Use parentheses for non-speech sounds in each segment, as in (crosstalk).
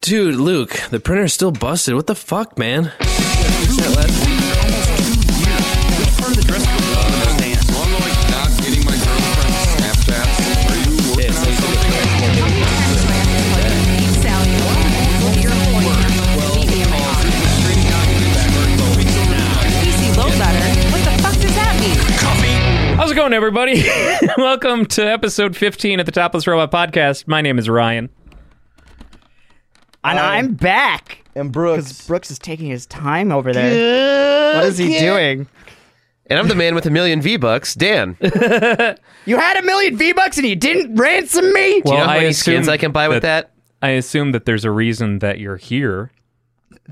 Dude, Luke, the printer's still busted. What the fuck, man? Well, I'm like not getting my girlfriend's Snapchats. Are you working on something? How's it going, everybody? (laughs) Welcome to episode 15 of the Topless Robot Podcast. My name is Ryan. And I'm back. And Brooks. Brooks is taking his time over there. What is he doing? And I'm the man with a million V bucks, Dan. Do you You had a million V bucks and you didn't ransom me. Well, know how I many assume skins I can buy with that? I assume that there's a reason that you're here.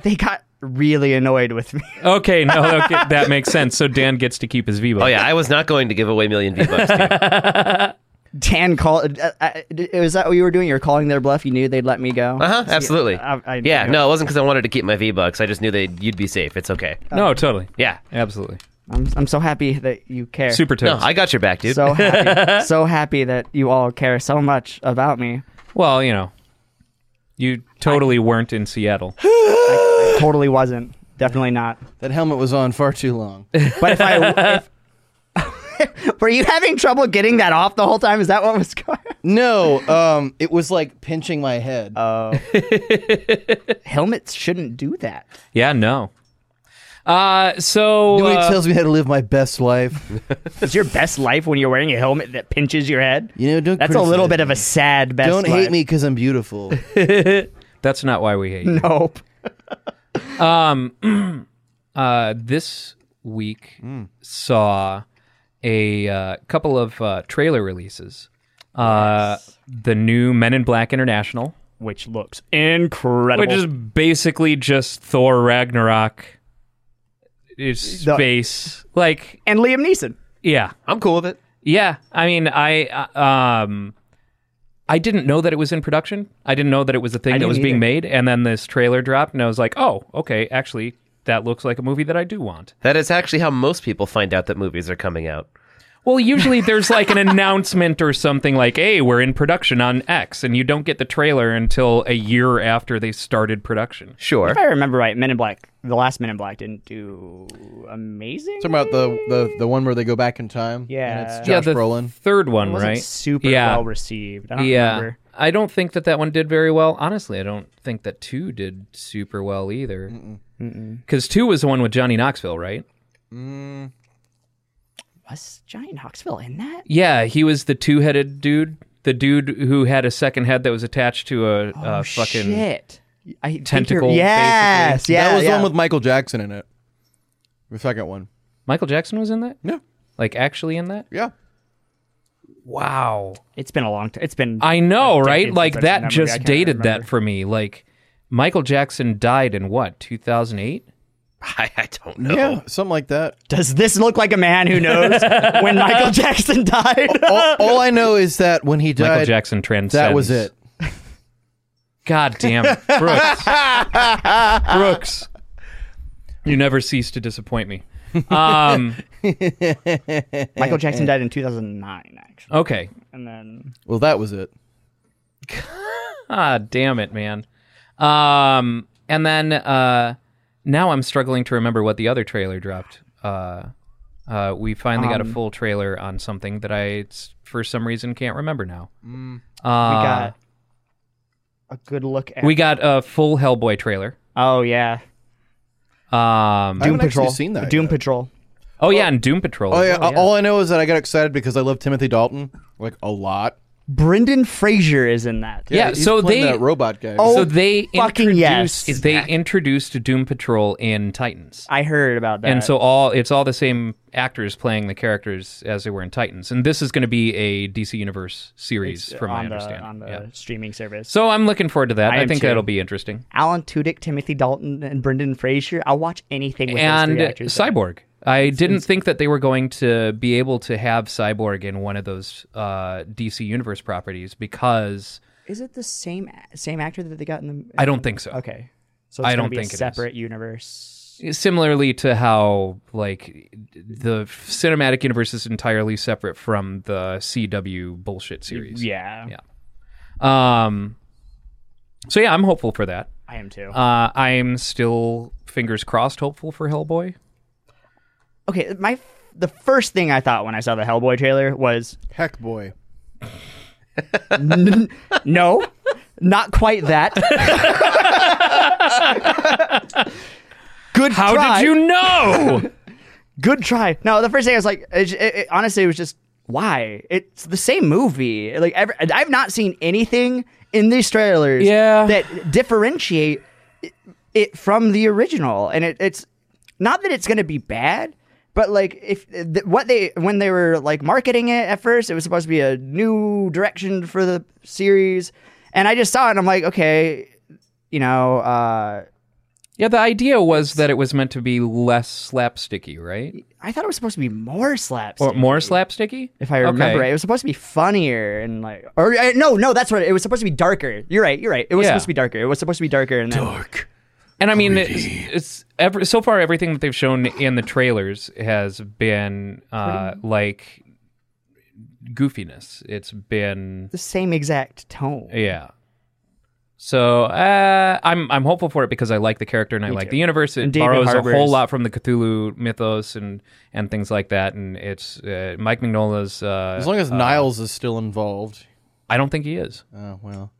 They got really annoyed with me. Okay, no, okay, (laughs) that makes sense. So Dan gets to keep his V Oh yeah, I was not going to give away million V bucks. (laughs) Dan called. Uh, uh, was that what you were doing? You were calling their bluff. You knew they'd let me go. Uh huh. Absolutely. I- I- yeah. No, it wasn't because I wanted to keep my V bucks. I just knew that you'd be safe. It's okay. No, totally. Yeah. Absolutely. I'm, I'm so happy that you care. Super No, toast. I got your back, dude. So happy. so happy that you all care so much about me. well, you know, you totally weren't in (gasps) Seattle. Totally wasn't. Definitely not. That helmet was on far too long. (laughs) But if I. If, (laughs) were you having trouble getting that off the whole time? Is that what was going on? no, um, it was like pinching my head. Helmets shouldn't do that. Yeah, no. Uh, so Nobody uh, tells me how to live my best (laughs) life. Is your best life when you're wearing a helmet that pinches your head? You know, don't That's a little criticize bit of me. a sad best Don't life. hate me because I'm (laughs) beautiful. that's not why we hate you. Nope. Uh, this week Hmm. saw a uh, couple of uh, trailer releases. Uh, The new Men in Black International, Which looks incredible. which is basically just Thor Ragnarok. It's The- space, like and Liam Neeson. yeah, I'm cool with it. yeah. I mean, I uh, um, I didn't know that it was in production. I didn't know that it was a thing that didn't was either. being made, and then this trailer dropped, and I was like, oh, okay, actually, that looks like a movie that I do want. That is actually how most people find out that movies are coming out. Well, usually there's like an announcement or something like, hey, we're in production on X, and you don't get the trailer until a year after they started production. Sure. If I remember right, Men in Black, the last Men in Black didn't do amazing. Talking about the, the the one where they go back in time. Yeah. And it's Josh yeah, the Brolin. third one, It wasn't right? super yeah. well received. I don't yeah. remember. I don't think that that one did very well. Honestly, I don't think that two did super well either. Because two was the one with Johnny Knoxville, right? Was Johnny Knoxville in that? Yeah, he was the two headed dude. The dude who had a second head that was attached to a, a fucking. Oh, shit. I think you're- tentacle, Yes. Yeah. that was yeah. the one with Michael Jackson in it. The second one. Michael Jackson was in that? Yeah. Like actually in that? Yeah. Wow. It's been a long time. It's been. I know, right? decades Like since I've that seen that movie. I just can't dated remember. that for me. Like Michael Jackson died in what, 2008? (laughs) I, I don't know. Yeah. Something like that. Does this look like a man who knows (laughs) when Michael Jackson died? (laughs) all, all I know is that when he died, Michael Jackson transcends. that was it. God damn (laughs) it. Brooks. Brooks. You never cease to disappoint me. Um, (laughs) Michael Jackson died in 2009, actually. okay. And then Well, that was it. Ah, damn it, man. Um, and then uh, now I'm struggling to remember what the other trailer dropped. Uh, uh, we finally got a Um, full trailer on something that I, s- for some reason, can't remember now. we got a good look at. Uh, We got a full Hellboy trailer. oh yeah, Um, I haven't Patrol. actually seen that. Doom yet. Patrol. oh yeah, and Doom Patrol. Oh as yeah. well, All I know is that I got excited because I love Timothy Dalton like a lot. Brendan Fraser is in that. Yeah, he's so playing they- that robot guy. Oh, So they fucking introduced yes. they introduced Doom Patrol in Titans. I heard about that. And so all it's all the same actors playing the characters as they were in Titans, and this is going to be a DC Universe series, from my on the, understanding. on the Yeah. streaming service. So I'm looking forward to that. I I, am think too. that'll be interesting. Alan Tudyk, Timothy Dalton, and Brendan Fraser. I'll watch anything with those and three actors. Cyborg. I didn't think that they were going to be able to have Cyborg in one of those uh, DC Universe properties because Is it the same same actor that they got in the? I don't think so. Okay, so it's I gonna don't be a think it is. separate universe. similarly to how like the cinematic universe is entirely separate from the CW bullshit series. Yeah. Um So yeah, I'm hopeful for that. I am too. Uh, I'm still fingers crossed hopeful for Hellboy. okay, my the first thing I thought when I saw the Hellboy trailer was Heck boy. no, not (laughs) quite that. Good How try. did you know? good try. No, the first thing I was like, it, it, it- honestly, it was just why it's the same movie. Like every, I've not seen anything in these trailers, Yeah. that differentiate it- it from the original. And it, it's not that it's going to be bad, but like if th- what they when they were like marketing it at first, it was supposed to be a new direction for the series, and I just saw it and I'm like, okay, you know. uh (laughs) yeah, the idea was that it was meant to be less slapsticky, right? I thought it was supposed to be more slapstick. Or more slapsticky? if I remember it. It was supposed to be funnier and like, or uh, no, no, that's what it, it was supposed to be darker. You're right, you're right. It was Yeah. supposed to be darker. It was supposed to be darker, and then And I mean, it's, it's ever, so far everything that they've shown in the trailers has been uh, like goofiness. It's been the same exact tone. yeah. So uh, I'm I'm hopeful for it because I like the character and I like the universe. It And David borrows Harbour's- a whole lot from the Cthulhu mythos and and things like that. And it's uh, Mike Mignola's. Uh, As long as Niles is still involved. I don't think he is. Oh well.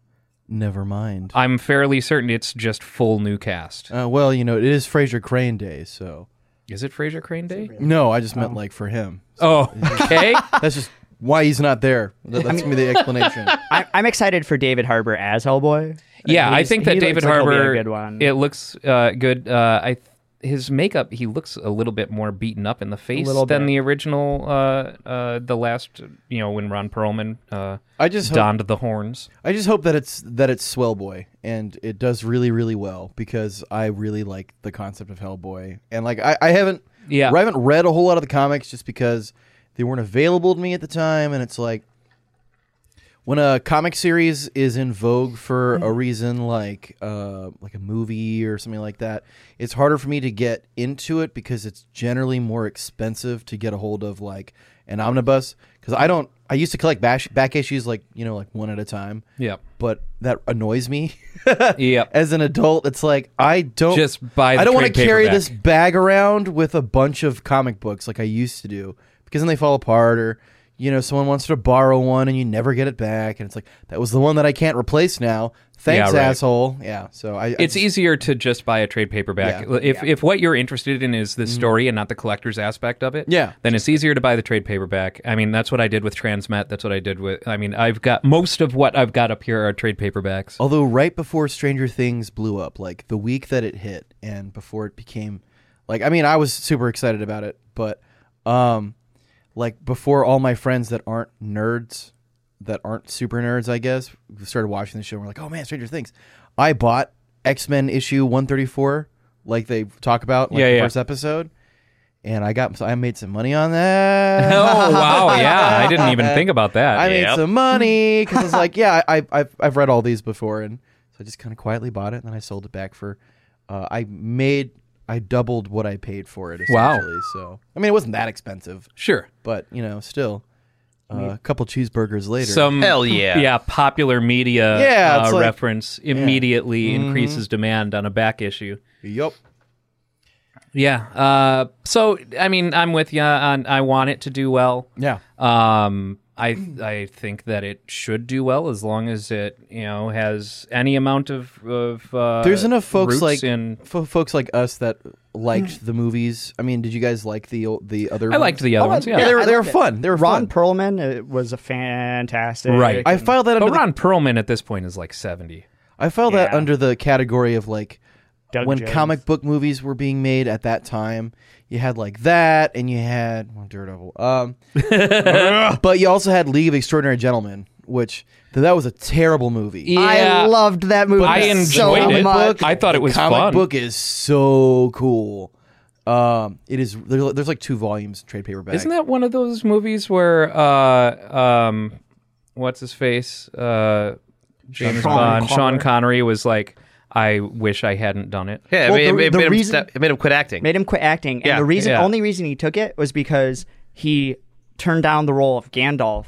Never mind. I'm fairly certain it's just full new cast. Uh, well, you know, it is Fraser Crane Day, so Is it Fraser Crane Day? no, I just meant like for him. Oh, (laughs) okay. (laughs) That's just why he's not there. That- That's (laughs) gonna be the explanation. I, I'm excited for David Harbour as Hellboy. yeah, I He's- think that he David looks like he'll be a Harbour. good one. It looks uh, good. Uh, I his makeup. He looks a little bit more beaten up in the face little than bit. the original. Uh, uh, the last, you know, when Ron Perlman uh, I just hope, donned the (laughs) horns. I just hope that it's that it's Swellboy and it does really really well because I really like the concept of Hellboy and like I, I haven't Yeah. I haven't read a whole lot of the comics just because they weren't available to me at the time and it's like when a comic series is in vogue for a reason like uh, like a movie or something like that it's harder for me to get into it because it's generally more expensive to get a hold of like an omnibus because i don't i used to collect bash, back issues like you know like one at a time Yep. but that annoys me (laughs) Yep. as an adult it's like i don't Just buy the i don't wanna trade carry paperback. this bag around with a bunch of comic books like i used to do because then they fall apart or you know someone wants to borrow one and you never get it back and it's like that was the one that i can't replace now thanks Yeah, right. asshole yeah so i I It's just- easier to just buy a trade paperback. Yeah. Mm-hmm. If if what you're interested in is the story and not the collector's aspect of it, Yeah. then it's easier to buy the trade paperback. I mean, that's what I did with Transmet. That's what I did with. I mean, I've got most of what I've got up here are trade paperbacks. although right before stranger things blew up like the week that it hit and before it became like i mean i was super excited about it but um like before all my friends that aren't nerds that aren't super nerds, I guess, started watching the show and were like, oh man, Stranger Things. I bought X Men issue 134, like they talk about, like Yeah, the yeah. first episode. And I got, so I made some money (laughs) on that. Oh wow! Yeah, I didn't (laughs) even think about that. I made Yep. some money (laughs) because it's like, yeah, I, I've, I've read all these before. And so I just kind of quietly bought it and then I sold it back for, uh, I made, I doubled what I paid for it Wow. essentially. So, I mean, it wasn't that expensive, sure. but you know, still uh, a couple cheeseburgers later. Some Hell yeah. yeah popular media Yeah, Mm-hmm. uh, it's like- reference immediately increases demand on a back issue. yup. Yeah. Uh, so I mean, I'm with you on. I want it to do well. Yeah. Um, I I think that it should do well as long as it you know has any amount of of uh, There's enough folks roots like in. Mm. fo- folks like us that liked the movies. I mean, did you guys like the old- the other? I liked the other ones. Yeah. Yeah, they were Oh, I they were liked it. fun. They were Ron fun. Perlman uh, was a fantastic. Right. I filed that under. but Oh, The, Oh, Ron Perlman at this point is like 70. I filed that Yeah. under the category of like Doug when Jones. comic book movies were being made at that time. You had like that, and you had well, Daredevil. Um, but you also had League of Extraordinary Gentlemen, which th- that was a terrible movie. I loved that movie. I so enjoyed it. much. I thought it was comic fun. book is so cool. Um, it is. There's, there's like two volumes in trade paperback. Isn't that one of those movies where uh um what's his face? Uh James Sean Bond, Sean Connery. Connery was like I wish I hadn't done it. Yeah, Well, it, made, the- it the made him reason- stop, it made him quit acting. made him quit acting and Yeah, the reason yeah. only reason he took it was because he turned down the role of Gandalf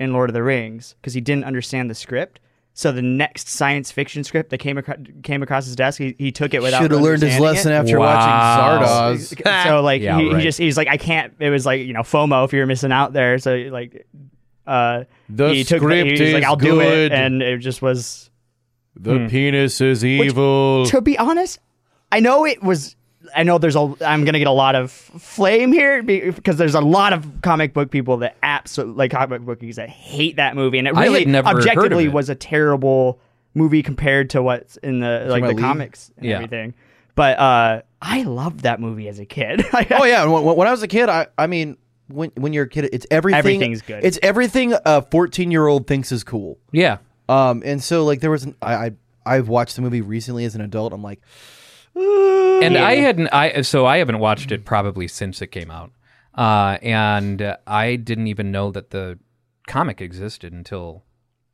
in Lord of the Rings because he didn't understand the script So the next science fiction script that came across, came across his desk, he, he took it without. Should have learned his understanding lesson it. after Wow. watching Zardoz. so like Yeah, he, right. he just he's like I can't. It was like you know FOMO if you're missing out there. So like uh, The he took script he was like is I'll do it, good. and it just was. The Hmm. penis is (laughs) evil. To be honest, I know it was. I know there's a. I'm gonna get a lot of flame here be- because there's a lot of comic book people that absolutely like comic book geeks that hate that movie, and it I really had never heard of objectively it. was a terrible movie compared to what's in the like about the Lee? comics and Yeah. everything. But uh, I loved that movie as a kid. (laughs) (laughs) oh yeah, when, when I was a kid, I I mean, when when you're a kid, it's everything. Everything's good. It's everything a 14 year old thinks is cool. Yeah. Um, and so like there was an I, I I've watched the movie recently as an adult. I'm like, and I hadn't. I so I haven't watched it probably since it came out, uh, and uh, I didn't even know that the comic existed until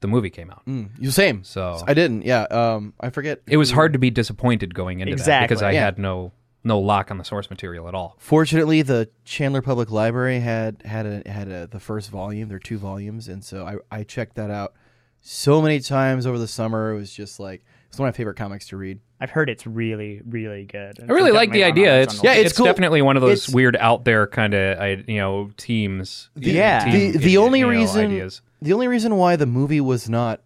the movie came out. hmm, you same. So- I didn't. Yeah. Um, I forget. It was hard to be disappointed going into that because Mm. Exactly. I Yeah. had no no lock on the source material at all. Fortunately, the Chandler Public Library had had a, had a, the first volume. There are two volumes, and so I, I checked that out so many times over the summer. It was just like it's one of my favorite comics to read. I've heard it's really, really good. I really like the idea. It's Yeah, yeah, it's it's, cool. definitely one of those It's- weird out there kind of you know teams. Yeah. team, the the you only know, reason ideas. the only reason why the movie was not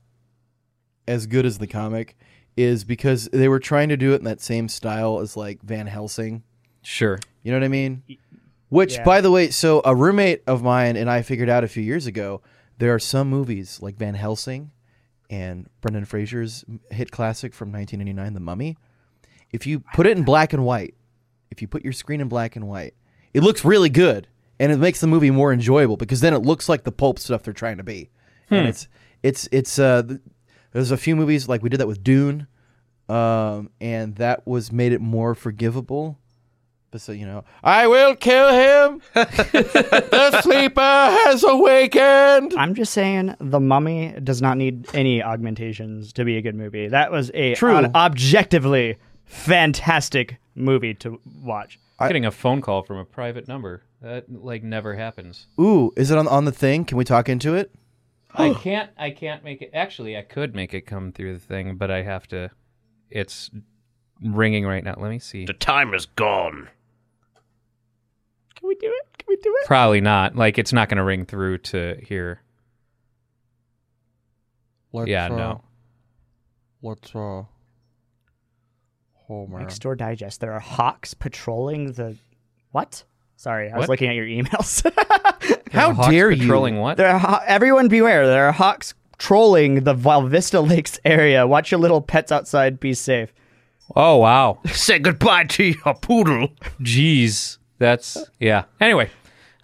as good as the comic is because they were trying to do it in that same style as like Van Helsing. Sure. You know what I mean? Which, yeah. by the way, so a roommate of mine and I figured out a few years ago there are some movies like Van Helsing and Brendan Fraser's hit classic from 1999, The Mummy. If you put it in black and white, if you put your screen in black and white, it looks really good and it makes the movie more enjoyable because then it looks like the pulp stuff they're trying to be. And it's it's it's uh th- there's a few movies like we did that with Dune um and that was made it more forgivable. But so you know, I will kill him. (laughs) the sleeper has awakened. I'm just saying, The Mummy does not need any augmentations to be a good movie. That was a True. an objectively fantastic movie to watch. Getting a phone call from a private number that like never (gasps) happens. Ooh, is it on on the thing? Can we talk into it? I can't. I can't make it. Actually, I could make it come through the thing, but I have to. It's ringing right now. Let me see. The time is gone. Can we do it? Can we do it? Probably not. Like it's not going to ring through to here. Let's, uh, Yeah, no. Let's uh. Oh man. Next door digest. There are hawks patrolling the. What? Sorry, I was What? looking at your emails. (laughs) How Hawks dare patrolling you? what? there are haw- everyone beware. There are hawks trolling the Val Vista Lakes area. Watch your little pets outside. Be safe. Oh wow. (laughs) Say goodbye to your poodle. Jeez. That's yeah. Anyway,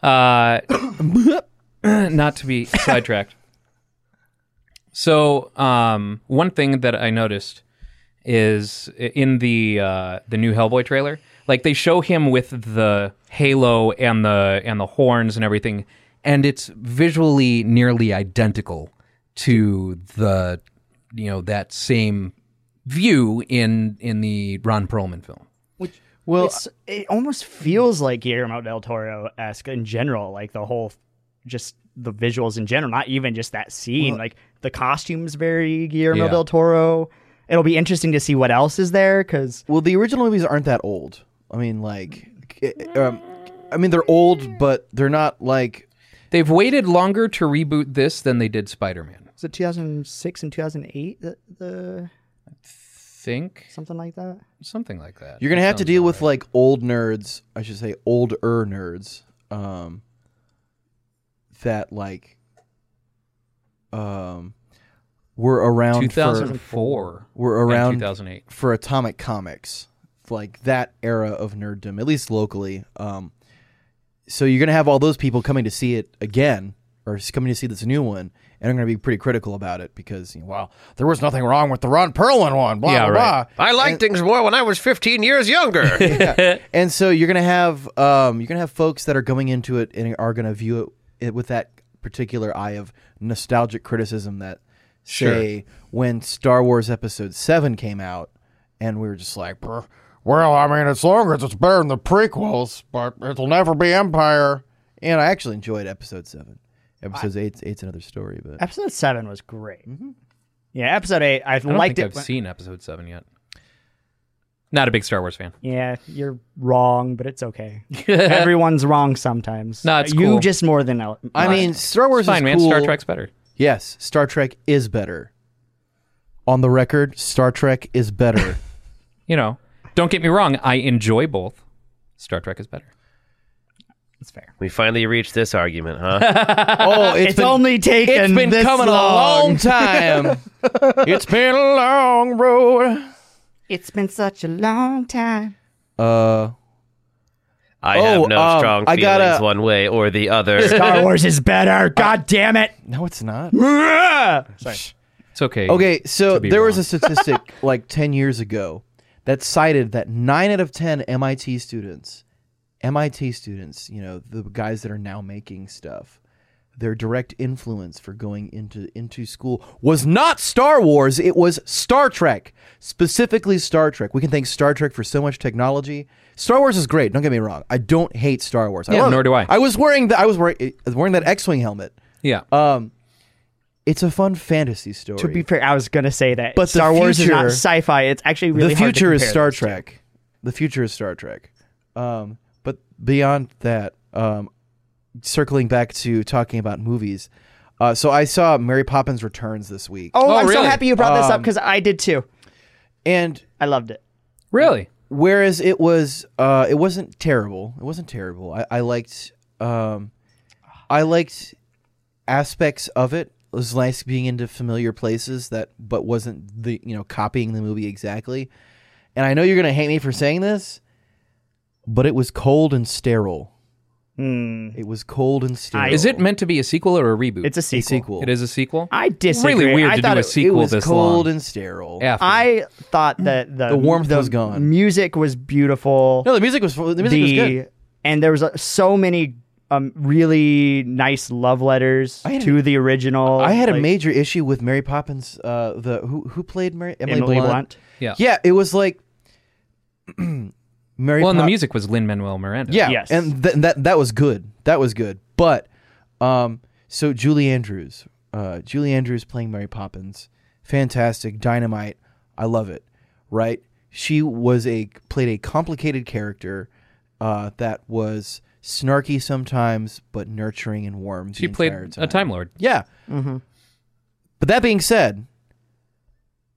uh, (coughs) not to be sidetracked. So, um, one thing that I noticed is in the uh, the new Hellboy trailer, like they show him with the halo and the and the horns and everything, and it's visually nearly identical to the you know that same view in in the Ron Perlman film. Well, it's, it almost feels like Guillermo del Toro esque in general, like the whole, just the visuals in general, not even just that scene. like the costumes very Guillermo Yeah. del Toro. It'll be interesting to see what else is there because well, the original movies aren't that old. I mean, like, eh, um, I mean they're old, but they're not like They've waited longer to reboot this than they did Spider Man. was it 2006 and 2008, the, the Think something like that. something like that. You're gonna have to Sounds deal about with like old nerds. I should say older nerds. Um, that like, um, were around for 2004. were and around 2008. for Atomic Comics, like that era of nerddom, at least locally. Um, so you're gonna have all those people coming to see it again, or s- coming to see this new one, and I'm gonna be pretty critical about it because you know, well, there was nothing wrong with the Ron Perlman one, blah Yeah, blah right. blah. I liked things more when I was 15 years younger. And so you're gonna have um, you're gonna have folks that are going into it and are gonna view it, it with that particular eye of nostalgic criticism that say when Star Wars Episode Seven came out, and we were just like, "Brr, Well, I mean, as long as it's better than the prequels, but it'll never be Empire. and I actually enjoyed Episode Seven. Episode Eight's Eight's another story, but Mm-hmm. Episode seven was great. Yeah, episode eight. I, I don't liked think it. I've when- seen episode seven yet. Not a big Star Wars fan. yeah, you're wrong, but (laughs) it's okay. Everyone's wrong sometimes. No, it's you cool. just more than el- I mean, Star Wars It's fine, is man. cool. Star Trek's better. Yes, Star Trek is better. On the record, Star Trek (laughs) is better. You know, don't get me wrong. I enjoy both. Star Trek is better. it's fair. We finally reached this argument, huh? (laughs) oh, It's, only taken it's been this coming long. a long time. (laughs) it's been a long road. It's been such a long time. (laughs) Uh, I Oh, have no um, strong I feelings gotta- one way or (laughs) the other. Star Wars is better. God damn it. no, it's not. Sorry. It's okay. Okay, so be there was wrong. a statistic (laughs) like 10 years ago that cited that 9 out of 10 MIT students, MIT students, you know, the guys that are now making stuff, their direct influence for going into into school was not Star Wars, it was Star Trek, specifically Star Trek. We can thank Star Trek for so much technology. Star Wars is great, don't get me wrong. I don't hate Star Wars. I Yeah, love nor it. do I. I was wearing the, I was wearing, I was wearing that X-wing helmet. Um, Yeah. uh, It's a fun fantasy story. To be fair, I was gonna say that, But the Star Wars is not future- sci-fi. It's actually really the future hard to is compare Star those two. Trek. The future is Star Trek. Um, but beyond that, um, circling back to talking about movies, uh, so I saw Mary Poppins Returns this week, Oh, Oh, I'm so really? happy you brought this Um, up because I did too. and I loved it. really? whereas it was, uh, it wasn't terrible. It wasn't terrible. I, I liked, um, I liked aspects of it. It was nice being into familiar places that, but wasn't the you know copying the movie exactly. And I know you're gonna hate me for saying this, but it was cold and sterile. It was cold and sterile. Is it meant to be a sequel or a reboot? Hmm. It's a sequel. sequel? It is a sequel. I disagree. Really weird I to thought do a it- It sequel was this cold long. and sterile. after. I thought that the The warmth was gone. Music was beautiful. No, the music was the music was the good. and there was uh, so many um, really nice love letters I had to the original. I had a like, major issue with Mary Poppins. Uh, the who who played Mary Emily, Emily Blunt. yeah. Yeah, it was like (clears throat) Mary. Well, and the Pop- music was Lin Manuel Miranda. Yeah, Yes. and th- that that was good. That was good. But um, so Julie Andrews, uh, Julie Andrews playing Mary Poppins, fantastic, dynamite. I love it. Right? She was a played a complicated character uh, that was snarky sometimes, but nurturing and warm. She the played entire a Time Lord. yeah. Mm-hmm. But that being said,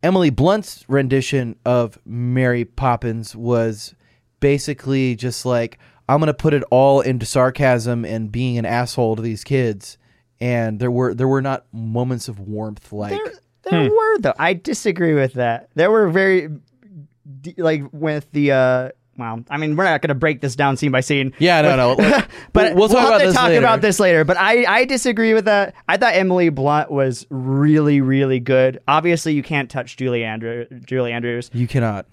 Emily Blunt's rendition of Mary Poppins was basically just like, I'm going to put it all into sarcasm and being an asshole to these kids. And there were there were not moments of warmth like There Hmm. were though. I disagree with that. There were very d- like with the uh well, I mean, we're not going to break this down scene by scene. yeah no no like- (laughs) But we'll talk have about to this talk later. about this later. But I, I disagree with that. I thought Emily Blunt was really, really good. Obviously, you can't touch Julie, Andrew, Julie Andrews. you cannot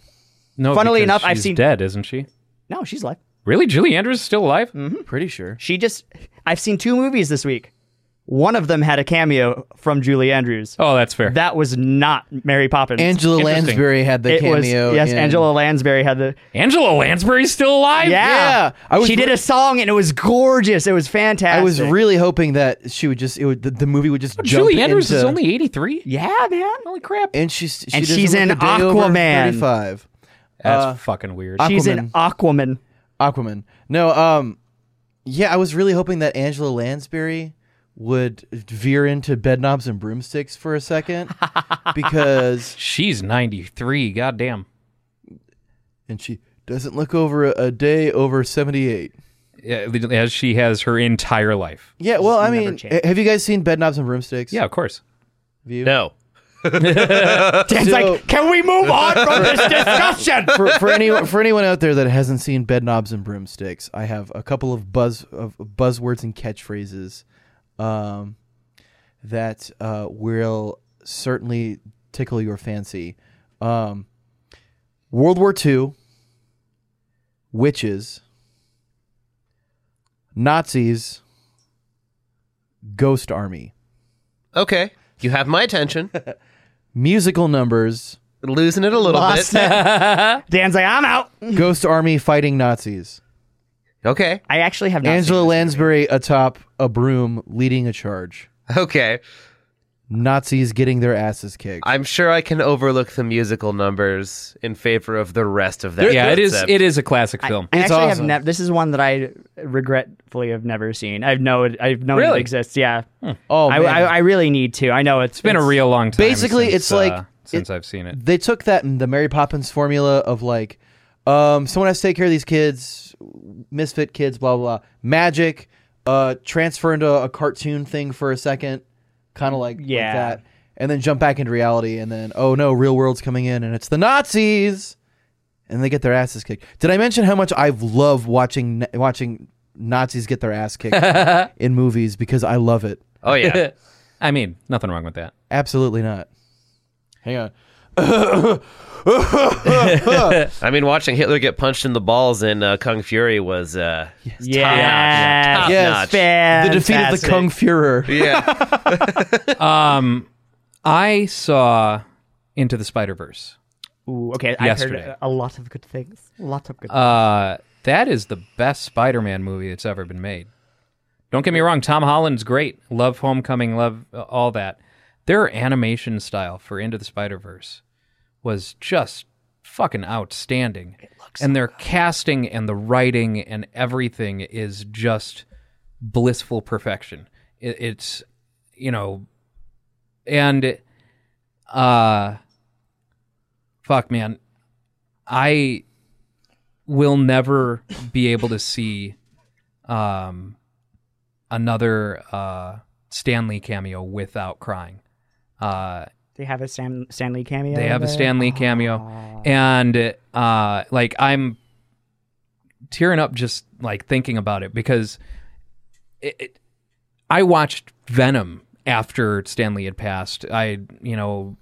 No, Funnily because enough, I've she's seen- dead, isn't she? No, she's alive. Really, Julie Andrews is still alive? pretty sure She just. I've seen two movies this week. One of them had a cameo from Julie Andrews. Oh, that's fair. That was not Mary Poppins. Angela Interesting. Lansbury had the it was cameo yes. in- Angela Lansbury had the Angela Lansbury's still alive? yeah. Yeah, I was she did re- a song and it was gorgeous. It was fantastic. I was really hoping that she would just it would the, the movie would just Oh, jump Julie Andrews is into- only 83? yeah, man. Holy crap. and she's she And doesn't she's look in a day over Aquaman. 35. That's Uh, fucking weird. She's an (laughs) Aquaman. Aquaman. No, um, yeah, I was really hoping that Angela Lansbury would veer into bedknobs and broomsticks for (laughs) a second because, she's 93. Goddamn. and she doesn't look over a, a day over 78. Yeah, As she has her entire life. Yeah, well, I mean, changed. ha- have you guys seen bedknobs and broomsticks? Yeah, of course. no. Dan's So- like, can we move on (laughs) from this discussion? for, for any for anyone out there that hasn't seen Bedknobs and Broomsticks, I have a couple of buzz of buzzwords and catchphrases um, that uh, will certainly tickle your fancy. Um, World War II, witches, Nazis, ghost army, Okay. You have my attention. musical numbers, Losing it a (laughs) little Lost bit. Dan's like, I'm out. ghost army fighting Nazis. Okay. I actually have not. Angela seen Lansbury atop a broom leading a charge. Okay. Nazis getting their asses kicked. I'm sure I can overlook the musical numbers in favor of the rest of that. Yeah, it is. concept. It is a classic film. I actually awesome. have never. This is one that I regretfully have never seen. I've know it. I've known Really? it exists. Yeah. oh, I, man. I, I really need to. I know it's It's been a real long time. Basically, since, it's like- uh, since I've (laughs) seen it. they took that and the Mary Poppins formula of like, um, someone has to take care of these kids, misfit kids, blah blah. blah. Magic, uh, transfer into a cartoon thing for a second, kind of like like Yeah. that, and then jump back into reality, and then oh no, real world's coming in, and it's the Nazis, and they get their asses kicked. Did I mention how much I love watching watching Nazis get their ass kicked in movies because I love it. (laughs) Oh yeah, I mean, nothing wrong with that. Absolutely not. Hang on. I mean, watching Hitler get punched in the balls in uh, Kung Fury was uh, Yeah. Top notch. The defeat of the Kung Fuhrer. (laughs) yeah. I saw Into the Spider Verse. Ooh, okay. I've Yesterday. heard a lot of good things. A lot of good. Uh, that is the best Spider Man movie that's ever been made. Don't get me wrong, Tom Holland's great. Love Homecoming, love uh, all that. Their animation style for Into the Spider Verse was just fucking outstanding. It looks and their casting and the writing and everything is just blissful perfection. It, it's, you know, and, uh, fuck, man. I will never be able to see um, another uh, Stanley cameo without crying. Uh, they have a Sam Stanley cameo. they in have a there? Stanley cameo, and uh, like I'm tearing up just like thinking about it because it, it, I watched Venom after Stanley had passed. I you know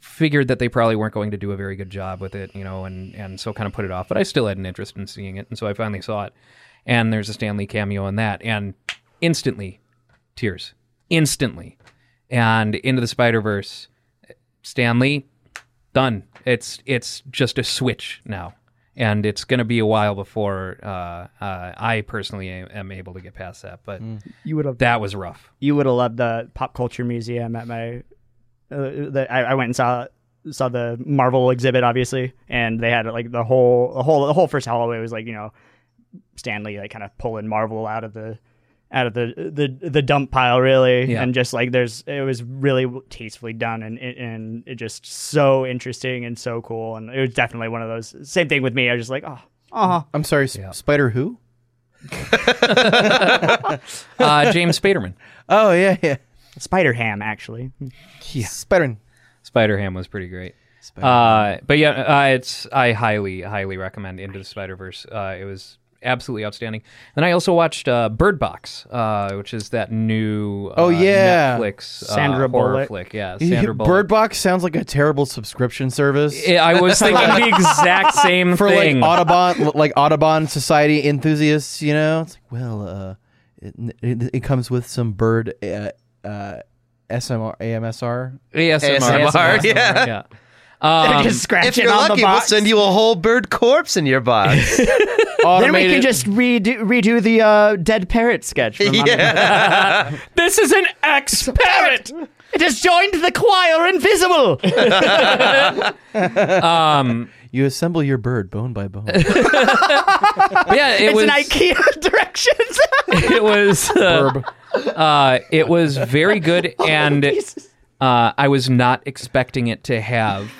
figured that they probably weren't going to do a very good job with it, you know, and and so kind of put it off. But I still had an interest in seeing it, and so I finally saw it. And there's a Stanley cameo in that, and instantly tears, instantly, and into the Spider Verse. Stanley, done. It's it's just a switch now, and it's going to be a while before uh, uh, I personally am, am able to get past that. But Hmm. You would have. that was rough. You would have loved the pop culture museum at my. Uh, the, I, I went and saw saw the Marvel exhibit, obviously, and they had like the whole the whole the whole first hallway was like you know, Stanley like kind of pulling Marvel out of the out of the the the dump pile really Yeah. and just like there's it was really tastefully done and and it just so interesting and so cool and it was definitely one of those same thing with me i was just like oh oh I'm sorry, S- Spider Who? Uh, James (laughs) Spaderman, Oh yeah, yeah. spider ham actually (laughs) Spider. Spider Ham was pretty great. Uh, but yeah, uh, it's I highly highly recommend Into the Spider Verse. Uh, it was absolutely outstanding. Then I also watched uh, Bird Box, uh, which is that new uh, Oh, yeah. Netflix uh, Sandra horror Bullock. flick. Yeah, Sandra Bullock. (laughs) Bird Box sounds like a terrible subscription service Yeah, I was thinking (laughs) the exact same for like thing. Audubon, (laughs) like Audubon Society enthusiasts. You know, it's like well, uh, it, it, it comes with some bird uh, uh, SMR AMSR. ASMR. ASMR, yeah. Um, just scratching If you're on lucky, the we'll box send you a whole bird corpse in (laughs) your box. Then we can just redo redo the uh, dead parrot sketch. From yeah. (laughs) This is an ex parrot. It has joined the choir invisible. You assemble your bird bone by (laughs) bone. (laughs) Yeah, it it's was. an IKEA (laughs) directions. It was. Uh, uh, it was very (laughs) good, and uh, I was not expecting it to have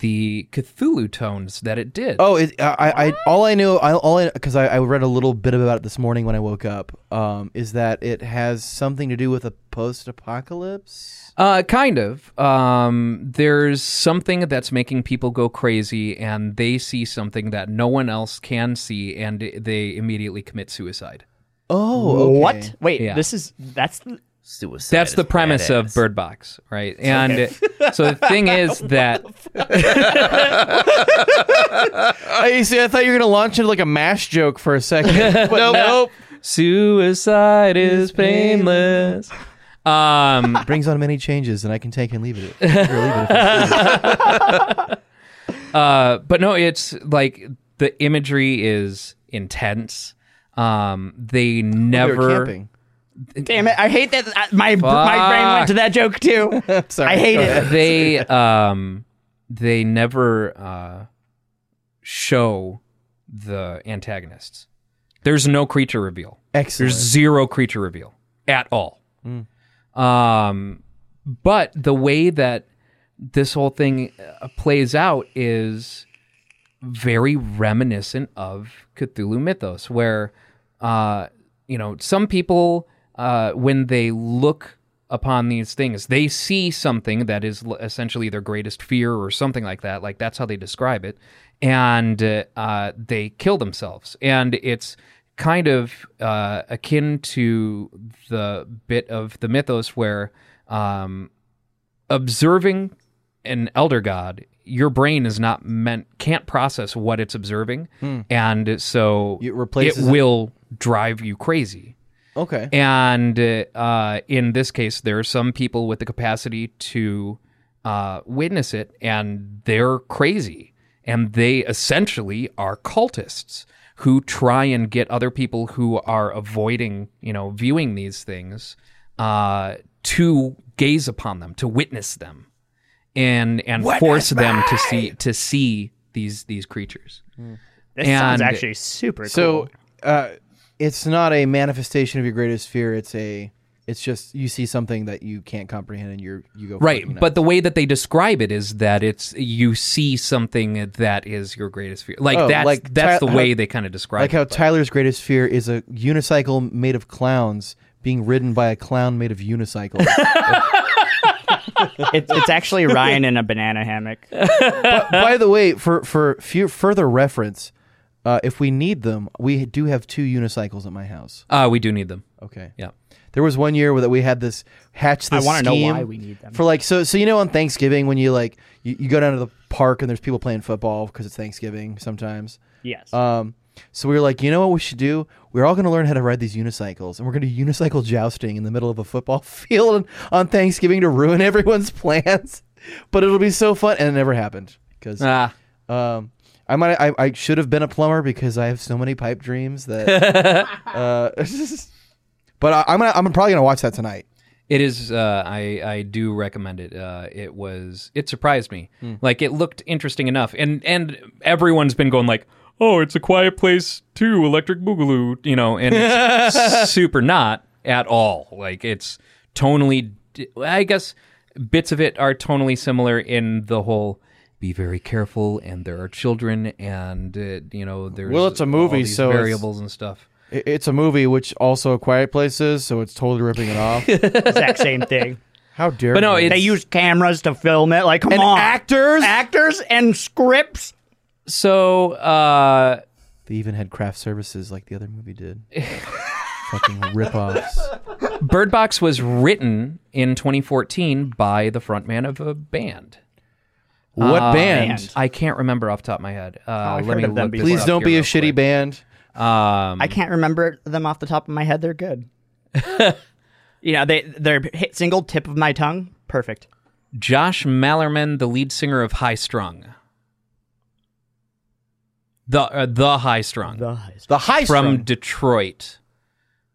the Cthulhu tones that it did. Oh, it, I, I, all I knew, I, all because I, I read a little bit about it this morning when I woke up, um, is that it has something to do with a post-apocalypse. Uh, kind of. Um, there's something that's making people go crazy, and they see something that no one else can see, and they immediately commit suicide. Oh, okay. What? Wait, Yeah. this is that's the- Suicide. That's the is premise badass. of Bird Box, right? And (laughs) so the thing is that (laughs) I see. I thought you were gonna launch into like a mash joke for a second. Nope, nope. suicide is painless. Um, Brings on many changes, and I can take and leave it. Or leave it if it's- uh, but no, it's like the imagery is intense. Um, they we were never. (laughs) camping. Damn it! I hate that. uh, I- My my brain went to that joke too. Sorry. I hate Go it. (laughs) ahead. (laughs) they um they never uh show the antagonists. There's no creature reveal. Excellent. There's zero creature reveal at all. Um, but the way that this whole thing uh, plays out is very reminiscent of Cthulhu mythos, where uh, you know some people uh, when they look upon these things, they see something that is l- essentially their greatest fear or something like that. Like that's how they describe it, and uh, uh, they kill themselves. And it's kind of uh, akin to the bit of the mythos where um, observing an elder god your brain is not meant can't process what it's observing and so Hmm. It replaces it. will drive you crazy Okay. and uh, in this case, there are some people with the capacity to uh, witness it, and they're crazy. And they essentially are cultists who try and get other people who are avoiding, you know, viewing these things uh, to gaze upon them, to witness them, and and force them to see to see these these creatures. This And- sounds actually super cool. So uh, it's not a manifestation of your greatest fear. It's a. It's just you see something that you can't comprehend, and you you go Right, fucking nuts. but the way that they describe it is that it's you see something that is your greatest fear. Like Oh, that's like that's Ty- the way how- they kind of describe like it. how Tyler's greatest fear is a unicycle made of clowns being ridden by a clown made of unicycle. it's, it's actually Ryan in a banana hammock. By the way, for for few, further reference, uh, if we need them, we do have two unicycles at my house. uh, we do need them. Okay. Yeah. There was one year where that we had this hatch. I This want wanna to know why we need them. for like so so you know on Thanksgiving when you like you, you go down to the park and there's people playing football because it's Thanksgiving sometimes. Yes. Um, so we were like, you know what we should do? We're all going to learn how to ride these unicycles, and we're going to do unicycle jousting in the middle of a football (laughs) field on Thanksgiving to ruin everyone's (laughs) plans. But it'll be so fun, and it never happened because Ah, um, I might I, I should have been a plumber because I have so many pipe dreams that. (laughs) uh, (laughs) but I, I'm gonna I'm probably gonna watch that tonight. it is. Uh, I I do recommend it. Uh, it was it surprised me. Hmm. Like it looked interesting enough, and and everyone's been going like, oh, it's a quiet place too, Electric Boogaloo, you know, and (laughs) it's super not at all. Like it's tonally. di- I guess bits of it are tonally similar in the whole. Be very careful, and there are children, and uh, you know there's Well, it's a all movie, these so it's- variables and stuff. I- It's a movie, which also a Quiet Place is, so it's totally ripping (laughs) it off. exact same thing. How dare! But no, you. it's, They use cameras to film it. Like, come and on, actors. actors and scripts. so. Uh, they even had craft services like the other (laughs) movie did. Fucking ripoffs. Ah, Bird Box was written in 2014 by the frontman of a band. What Uh, band? I can't remember off the top of my head. Uh, I've let Oh, heard me of them look this Please up don't here be a real shitty band. quick. Um, I can't remember them off the top of my head. They're (laughs) good. you know, they their hit single "Tip of My Tongue" perfect. Josh Mallerman, the lead singer of High Strung. The uh, the High Strung The High from Strung. Detroit.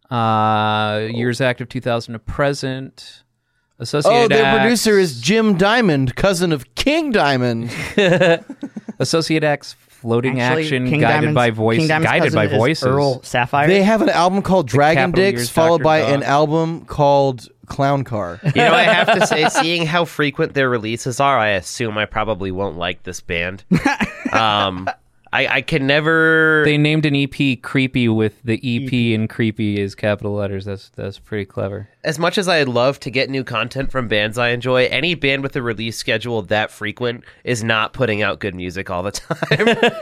Uh, years active 2000 to present. Associated Oh, their acts- producer is Jim Diamond, cousin of King Diamond. Associate acts floating Actually, action King guided Diamond's- by voice King Diamond's guided cousin by is voices. Earl Sapphire. They have an album called Dragon Capital Dicks, Years followed Dr. by Dog. an album called Clown Car. You (laughs) know, I have to say, seeing how frequent their releases are, I assume I probably won't like (laughs) this band. Um, I, I can never. They named an EP "Creepy" with the E EP in "Creepy" is capital letters. That's that's pretty clever. (laughs) as much as I love to get new content from bands I enjoy, any band with a release schedule that frequent is not putting out good music all the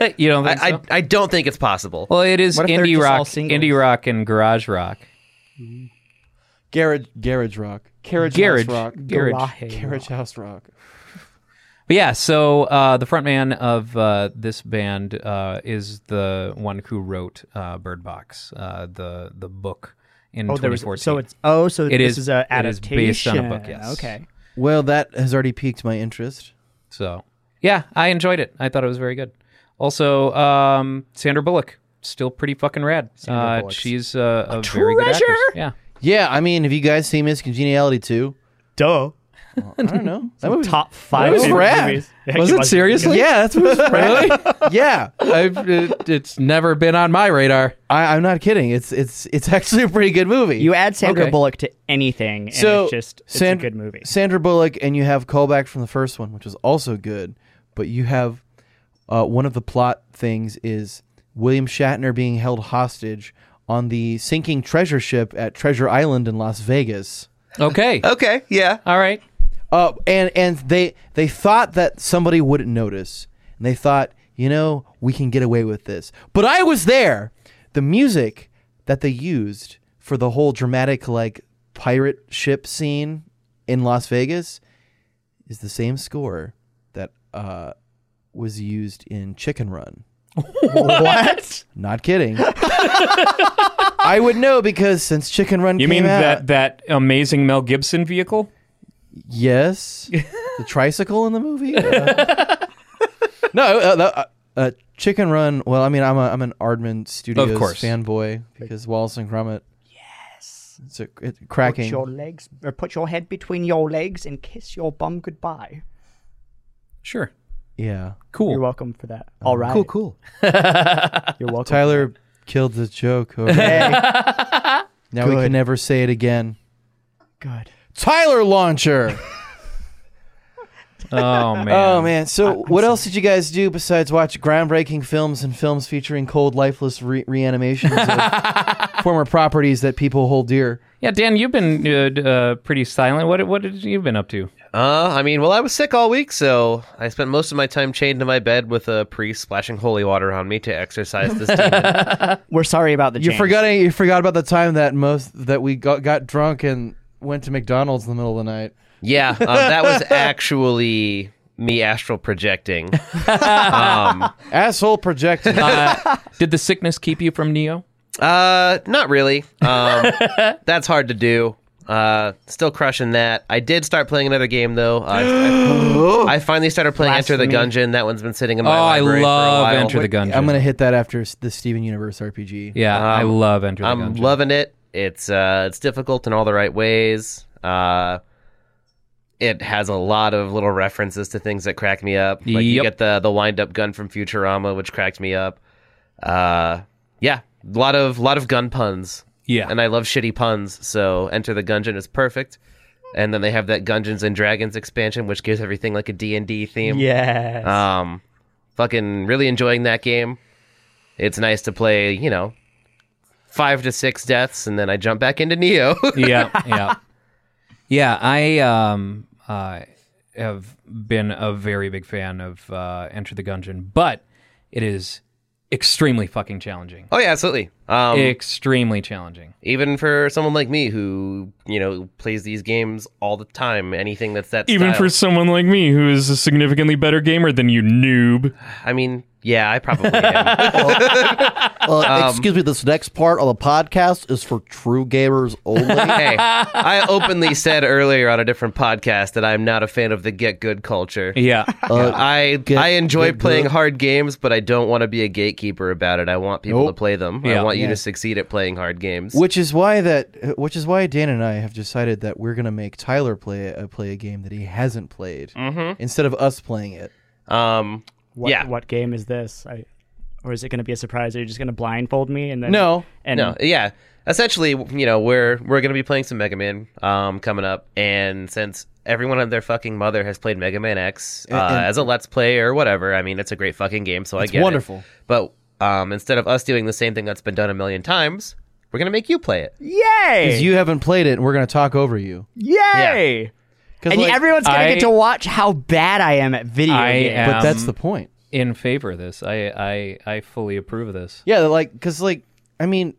(laughs) time. You don't think I, I, so? I don't think it's possible. well, it is What if they're indie just all rock, singles? indie rock, and garage rock. (laughs) Garage, garage rock, garage, Garage, house rock, garage. garage house rock. But yeah, so uh, the frontman of uh, this band uh, is the one who wrote uh, Bird Box, uh, the the book in Oh, there was 2014. so it's oh so It this is- is, a it is adaptation. based on a book, yes. Okay. Well, that has already piqued my interest. So, yeah, I enjoyed it. I thought it was very good. Also, um, Sandra Bullock, still pretty fucking rad. Uh, she's uh, a, very good actress. Yeah, Yeah, I mean, have you guys seen Miss Congeniality too? Duh. I don't (laughs) know. That movie- Top five was favorite rad. movies. Yeah, Was keep it watching. seriously? Yeah, that's what (laughs) it's Really? Yeah, I've, it, it's never been on my radar. I, I'm not kidding. It's it's it's actually a pretty good movie. You add Sandra Okay. Bullock to Anything. And so it's just it's Sand- a good movie. Sandra Bullock, and you have callback from the first one, which is also good. But you have uh, one of the plot things is William Shatner being held hostage on the sinking treasure ship at Treasure Island in Las Vegas. Okay. Uh, Okay, yeah. All right. Uh, and and they they thought that somebody wouldn't notice, and they thought, you know, we can get away with this. But I was there. The music that they used for the whole dramatic like pirate ship scene in Las Vegas is the same score that uh, was used in Chicken (laughs) Run. What? Not kidding. (laughs) I would know because since Chicken Run You came mean out, that that amazing Mel Gibson vehicle? (laughs) Yes, the tricycle in the movie. Uh, (laughs) no, uh, the, uh, uh, Chicken Run. Well, I mean, I'm a I'm an Aardman Studios Of course. fanboy because Wallace and Gromit. Yes, it's a it's cracking. put your legs or put your head between your legs and kiss your bum goodbye. Sure. yeah, Cool. You're welcome for that. All right. cool, cool. You're welcome. Tyler killed the joke. Okay, (laughs) now we can never say it again. Good. Tyler Launcher. Oh man. (laughs) Oh man! So, what else did you guys do besides watch groundbreaking films and films featuring cold, lifeless re- reanimations of former properties that people hold dear? Yeah, Dan, you've been uh, d- uh, pretty silent. What what did you been up to? (laughs) Uh, I mean, well, I was sick all week, so I spent most of my time chained to my bed with a priest splashing holy water on me to exorcise this demon. We're sorry about the You change. forgot you forgot about the time that most that we got, got drunk and went to McDonald's in the middle of the night. yeah, um, that was actually me astral projecting. Um, Asshole (laughs) projected. Uh, did the sickness keep you from Neo? uh, not really. (laughs) Um, that's hard to do. Uh, still crushing that. I did start playing another game though. I, I, I finally started playing Enter the Gungeon. That one's been sitting in my oh, I library for a love while. Enter the Gungeon. I'm gonna hit that after s- the Steven Universe RPG. yeah, I Um, love Enter the I'm Gungeon. loving it. It's uh, it's difficult in all the right ways. Uh, it has a lot of little references to things that crack me up. Like Yep. you get the the wind up gun from Futurama, which cracked me up. Uh, yeah, a lot of lot of gun puns. Yeah. and I love shitty puns. So Enter the Gungeon is perfect. And then they have that Gungeons and Dragons expansion, which gives everything like a D and D theme. Yes. Um, fucking really enjoying that game. It's nice to play, you know, five to six deaths, and then I jump back into Neo. (laughs) yeah, (laughs) yeah, yeah. I um uh, have been a very big fan of uh, Enter the Gungeon, but it is extremely fucking challenging. oh yeah, absolutely. Um, Mm. extremely challenging. even for someone like me who you know plays these games all the time, anything that's that. Even style. for someone like me who is a significantly better gamer than you, noob. I mean, yeah, I probably am. Uh, Um, excuse me, this next part of the podcast is for true gamers (laughs) only. hey, I openly said earlier on a different podcast that I'm not a fan of the get good culture. Yeah, (laughs) I I enjoy get playing good. hard games, but I don't want to be a gatekeeper about it. I want people to play them. Yeah. I want you Yeah. to succeed at playing hard games. Which is why that which is why Dan and I have decided that we're gonna make Tyler play uh, play a game that he hasn't played Mm-hmm. instead of us playing it. Um, what, yeah. what game is this? I, or is it going to be a surprise? Are you just going to blindfold me and then No. and no, yeah. Essentially, you know, we're we're gonna be playing some Mega Man um, coming up, and since everyone and their fucking mother has played Mega Man X uh, and- as a Let's Play or whatever, I mean, it's a great fucking game. So I get it. wonderful. But um, instead of us doing the same thing that's been done a million times, we're gonna make you play it. Yay! 'Cause you haven't played it, and we're gonna talk over you. Yay! Because And everyone's gonna I- get to watch how bad I am at video I games. am. but that's the point. in favor of this. I I I fully approve of this. Yeah, like because like I mean,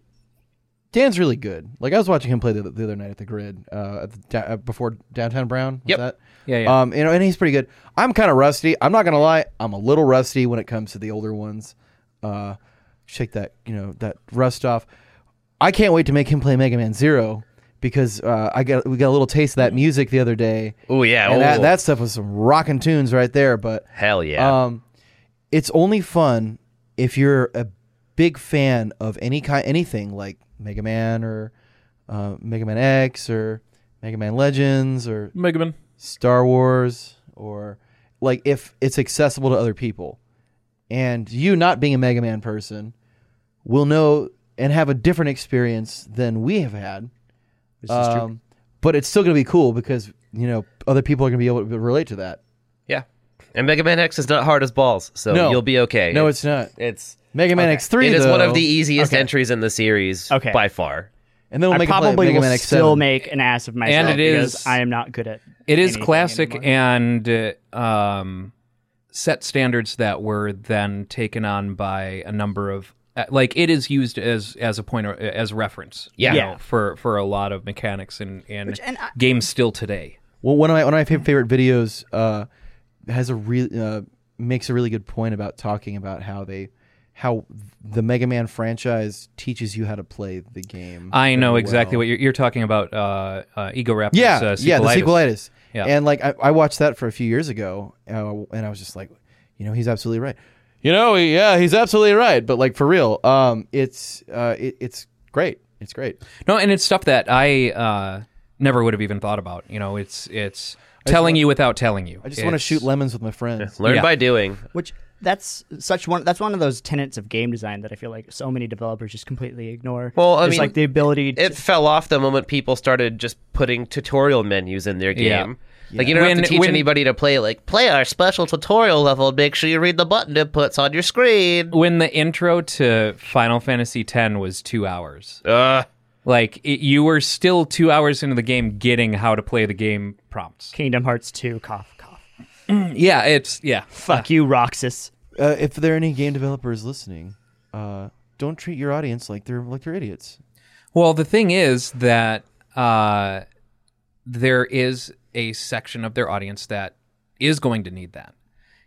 Dan's really good. Like I was watching him play the, the other night at the grid uh, at the, da- uh, before downtown Brown. Was Yep. That? Yeah, yeah. Um, you know, and he's pretty good. I'm kind of rusty. I'm not gonna lie. I'm a little rusty when it comes to the older ones. Uh, shake that you know that rust off. I can't wait to make him play Mega Man Zero because uh, I got we got a little taste of that music the other day. Oh yeah, And that, ooh, that stuff was some rocking tunes right there. But hell yeah. um, it's only fun if you're a big fan of any kind, anything like Mega Man or uh, Mega Man X or Mega Man Legends or Mega Man. Star Wars or like if it's accessible to other people. And you not being a Mega Man person will know and have a different experience than we have had. This is true. But it's still going to be cool because, you know, other people are going to be able to relate to that. Yeah. And Mega Man X is not hard as balls, so No. you'll be okay. No, it's not. It's Mega Man X3 it is one though- of the easiest entries in the series Okay. by far. And then we'll I make a play of probably Mega will Man X7. still make an ass of myself it is- because I am not good at. It is anything classic anymore. and uh, um, set standards that were then taken on by a number of uh, like it is used as as a point or as reference. you Yeah. know, Yeah. for for a lot of mechanics and and, and I- games still today. Well, one of my one of my fa- favorite videos uh, has a really uh, makes a really good point about talking about how they how the Mega Man franchise teaches you how to play the game. I know very exactly well. what you're, you're talking about. Uh, uh, Ego Raptors. Yeah, uh, yeah, the sequelitis. sequelitis. Yeah. And like I, I watched that for a few years ago, uh, and I was just like, you know, he's absolutely right. You know, yeah, he's absolutely right. But like for real, um, it's uh, it, it's great. It's great. No, and it's stuff that I uh, never would have even thought about. You know, it's it's telling you without telling you. I just want to shoot lemons with my friends. Learn Yeah. by doing. Which that's such one. That's one of those tenets of game design that I feel like so many developers just completely ignore. Well, I it's mean, like the ability. To, It fell off the moment people started just putting tutorial menus in their game. Yeah. Like you don't When- have to teach when- anybody to play. Like play our special tutorial level. and Make sure you read the button inputs on your screen. when the intro to Final Fantasy X was two hours. Uh, Like it, you were still two hours into the game getting how to play the game prompts. Kingdom Hearts two. Cough cough. Yeah, it's yeah. Fuck you, Roxas. uh, if there are any game developers listening, uh, don't treat your audience like they're like they're idiots. Well, the thing is that uh, there is a section of their audience that is going to need that,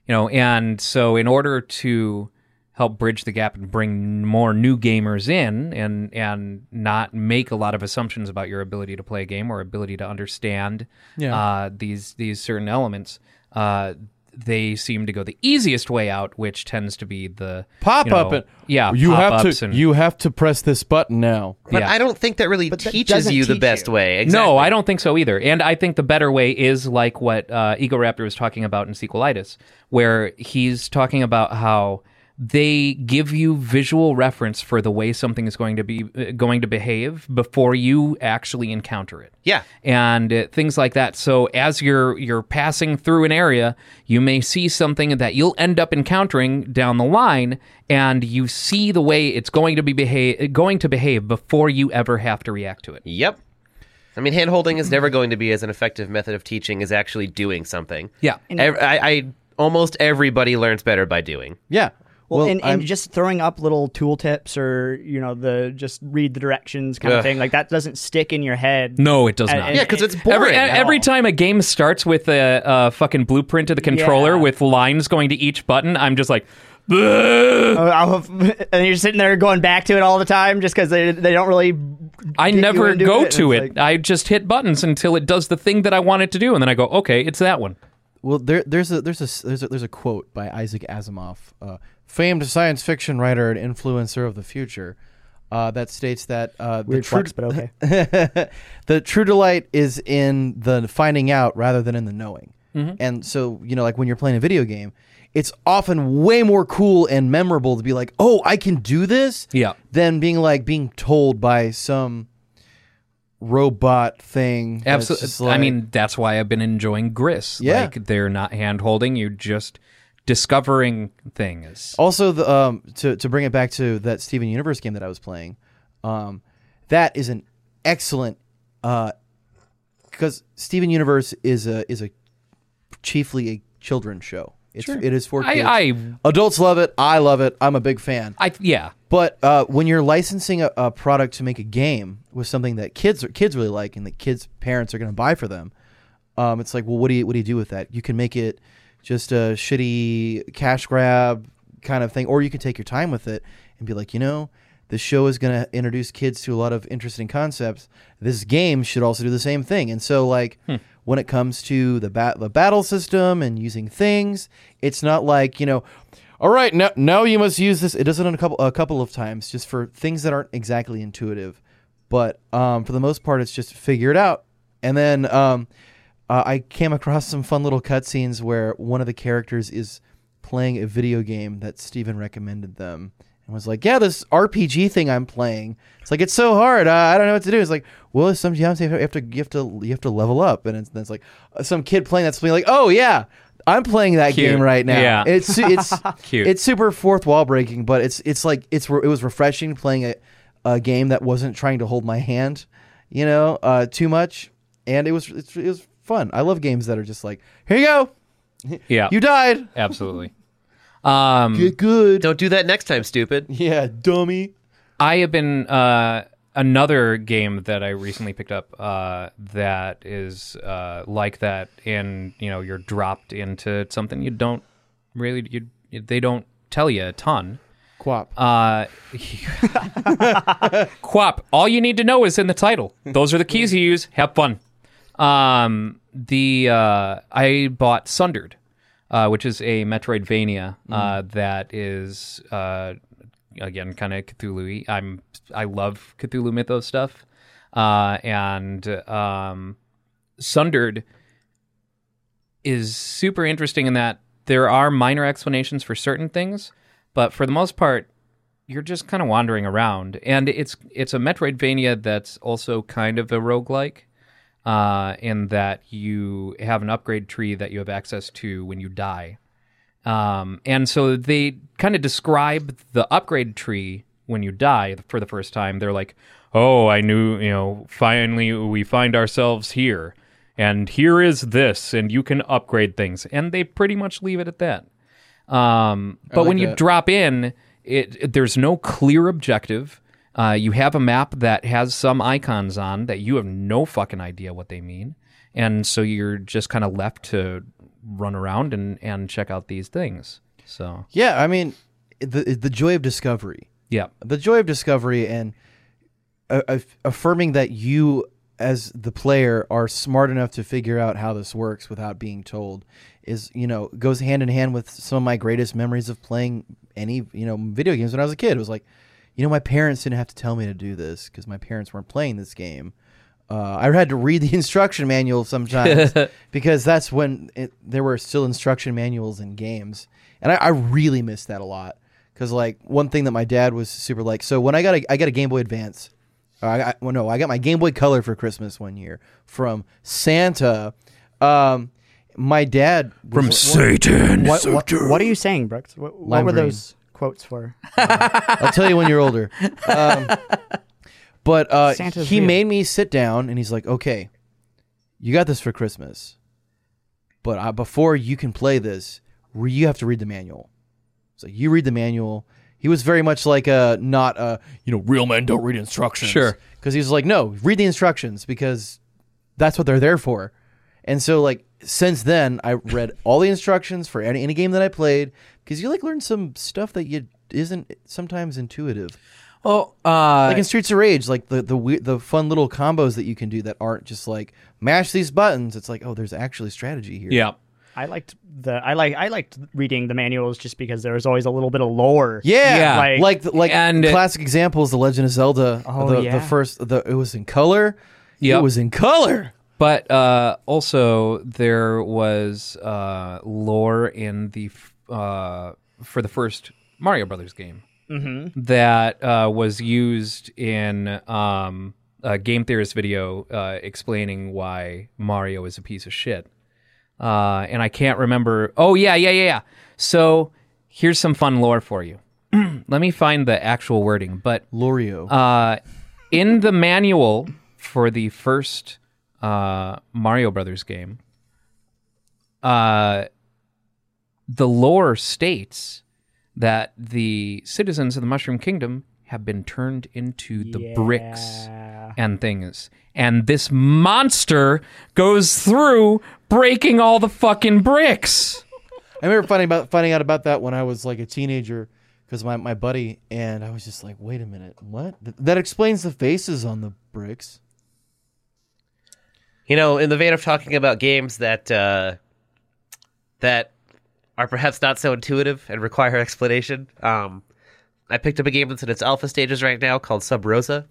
you know, and so in order to help bridge the gap and bring more new gamers in and and not make a lot of assumptions about your ability to play a game or ability to understand uh, these these certain elements. Uh, they seem to go the easiest way out, which tends to be the you Pop up know, and yeah, you have pop-ups to and- you have to press this button now. but Yeah. I don't think that really that teaches doesn't you the teach best you. way. No, Exactly. I don't think so either. And I think the better way is like what uh, Ego Raptor was talking about in Sequelitis, where he's talking about how they give you visual reference for the way something is going to be uh, going to behave before you actually encounter it Yeah. and uh, things like that. So as you're you're passing through an area, you may see something that you'll end up encountering down the line, and you see the way it's going to be behave going to behave before you ever have to react to it. Yep. I mean, hand holding is never going to be as an effective method of teaching as actually doing something. Yeah. Ev- I, I almost everybody learns better by doing. Yeah. Well, and, and I'm- just throwing up little tool tips or you know the just read the directions kind Ugh. of thing like that doesn't stick in your head. No, it does And- not. and- Yeah, because it's boring. Every e- at every all. time a game starts with a, a fucking blueprint of the controller Yeah. with lines going to each button, I'm just like, "Bleh." Oh, I'll have- (laughs) and you're sitting there going back to it all the time just because they, they don't really. I get you never into go it, to and it. it's I just hit buttons until it does the thing that I want it to do, and then I go, okay, it's that one. Well, there, there's a there's a there's a, there's a quote by Isaac Asimov, uh, famed science fiction writer and influencer of the future, uh, that states that uh, the Weird true flex, but (laughs) okay. the true delight is in the finding out rather than in the knowing. Mm-hmm. And so you know, like when you're playing a video game, it's often way more cool and memorable to be like, "Oh, I can do this," Yeah. than being like being told by some robot thing. that's just Absolutely. I like- mean, that's why I've been enjoying Gris. Yeah. Like they're not hand holding; you just discovering things. Also, the um, to to bring it back to that Steven Universe game that I was playing, um, that is an excellent, uh, because Steven Universe is a is a chiefly a children's show. It's it is for kids. I, Adults love it. I love it. I'm a big fan. I, I, yeah. But uh, when you're licensing a, a product to make a game with something that kids kids really like and that kids parents are going to buy for them, um, it's like, well, what do you what do you do with that? You can make it just a shitty cash grab kind of thing, or you can take your time with it and be like, you know, this show is going to introduce kids to a lot of interesting concepts. This game should also do the same thing. And so, like, when it comes to the bat the battle system and using things, it's not like you know. All right, now now you must use this. It does it a couple a couple of times just for things that aren't exactly intuitive, But um, for the most part, it's just figure it out. And then um, uh, I came across some fun little cutscenes where one of the characters is playing a video game that Steven recommended them and was like, "Yeah, this RPG thing I'm playing. It's like it's so hard. Uh, I don't know what to do." It's like, "Well, sometimes you have to you have to you have to level up." And it's, and it's like uh, some kid playing that's being like, "Oh yeah." I'm playing that Cute. game right now. Yeah. It's su- it's Cute. It's super fourth wall breaking, but it's it's like it's re- it was refreshing playing a, a game that wasn't trying to hold my hand, you know, uh, too much, and it was it's, it was fun. I love games that are just like, here you go, Yeah. you died. absolutely. Uh, Um, Get good. Don't do that next time, stupid. Yeah, dummy. I have been uh, another game that I recently picked up uh, that is uh, like that, and you know you're dropped into something you don't really you they don't tell you a ton. Quap. Uh, (laughs) Quap. All you need to know is in the title. Those are the keys you use. Have fun. Um, the uh, I bought Sundered, uh, which is a Metroidvania uh, that is uh, again kind of Cthulhu. I'm I love Cthulhu mythos stuff, uh, and um, Sundered is super interesting in that there are minor explanations for certain things, but for the most part, you're just kind of wandering around. And it's it's a Metroidvania that's also kind of a roguelike uh, in that you have an upgrade tree that you have access to when you die. Um, and so they kind of describe the upgrade tree when you die for the first time. They're like, oh, I knew, you know, finally we find ourselves here. And here is this, and you can upgrade things. And they pretty much leave it at that. Um, but when you drop in, it, it- there's no clear objective. Uh, you have a map that has some icons on that you have no fucking idea what they mean, and so you're just kind of left to run around and and check out these things. So Yeah, I mean, the the joy of discovery, yeah, the joy of discovery, and uh, aff- affirming that you, as the player, are smart enough to figure out how this works without being told, is you know goes hand in hand with some of my greatest memories of playing any you know video games when I was a kid. It was like, you know, my parents didn't have to tell me to do this because my parents weren't playing this game. Uh, I had to read the (laughs) instruction manual sometimes because that's when it, there were still instruction manuals in games, and I, I really missed that a lot. Because like one thing that my dad was super like, so when I got a I got a Game Boy Advance, uh, I got, well no, I got my Game Boy Color for Christmas one year from Santa. Um, my dad from Satan. What, what, what are you saying, Brooks? What, what Lime were green. those quotes for? I'll tell you when you're older. (laughs) Um, but uh, Santa's he real. made me sit down, and he's like, "Okay, you got this for Christmas, but uh, before you can play this, re- you have to read the manual." So you read the manual. He was very much like a not a you know real men don't read instructions. Sure. because he was like, "No, read the instructions because that's what they're there for." And so like since then I read all the instructions for any, any game that I played because you like learn some stuff that you isn't sometimes intuitive. Oh, uh, Like in Streets of Rage, like the the weird, the fun little combos that you can do that aren't just like mash these buttons. It's like oh, there's actually strategy here. yeah, I liked the I like I liked reading the manuals just because there was always a little bit of lore. Yeah, Yeah. like like, And- classic examples, The Legend of Zelda. Oh, the, yeah. the first, the it was in color. Yeah, Yep. it was in color. but uh, also there was uh, lore in the f- uh, for the first Mario Brothers game that uh, was used in um, a game theorist video uh, explaining why Mario is a piece of shit. Uh, and I can't remember. Oh yeah, yeah, yeah, yeah. So here's some fun lore for you. (clears throat) Let me find the actual wording, but Lorio. uh, in the manual for the first uh, Mario Brothers game, uh, the lore states that the citizens of the Mushroom Kingdom have been turned into the bricks and things. And this monster goes through breaking all the fucking bricks. I remember finding about finding out about that when I was like a teenager because my, my buddy and I was just like, wait a minute, what? Th- that explains the faces on the bricks. You know, in the vein of talking about games that uh, that are perhaps not so intuitive and require explanation, um, I picked up a game that's in its alpha stages right now called Sub Rosa.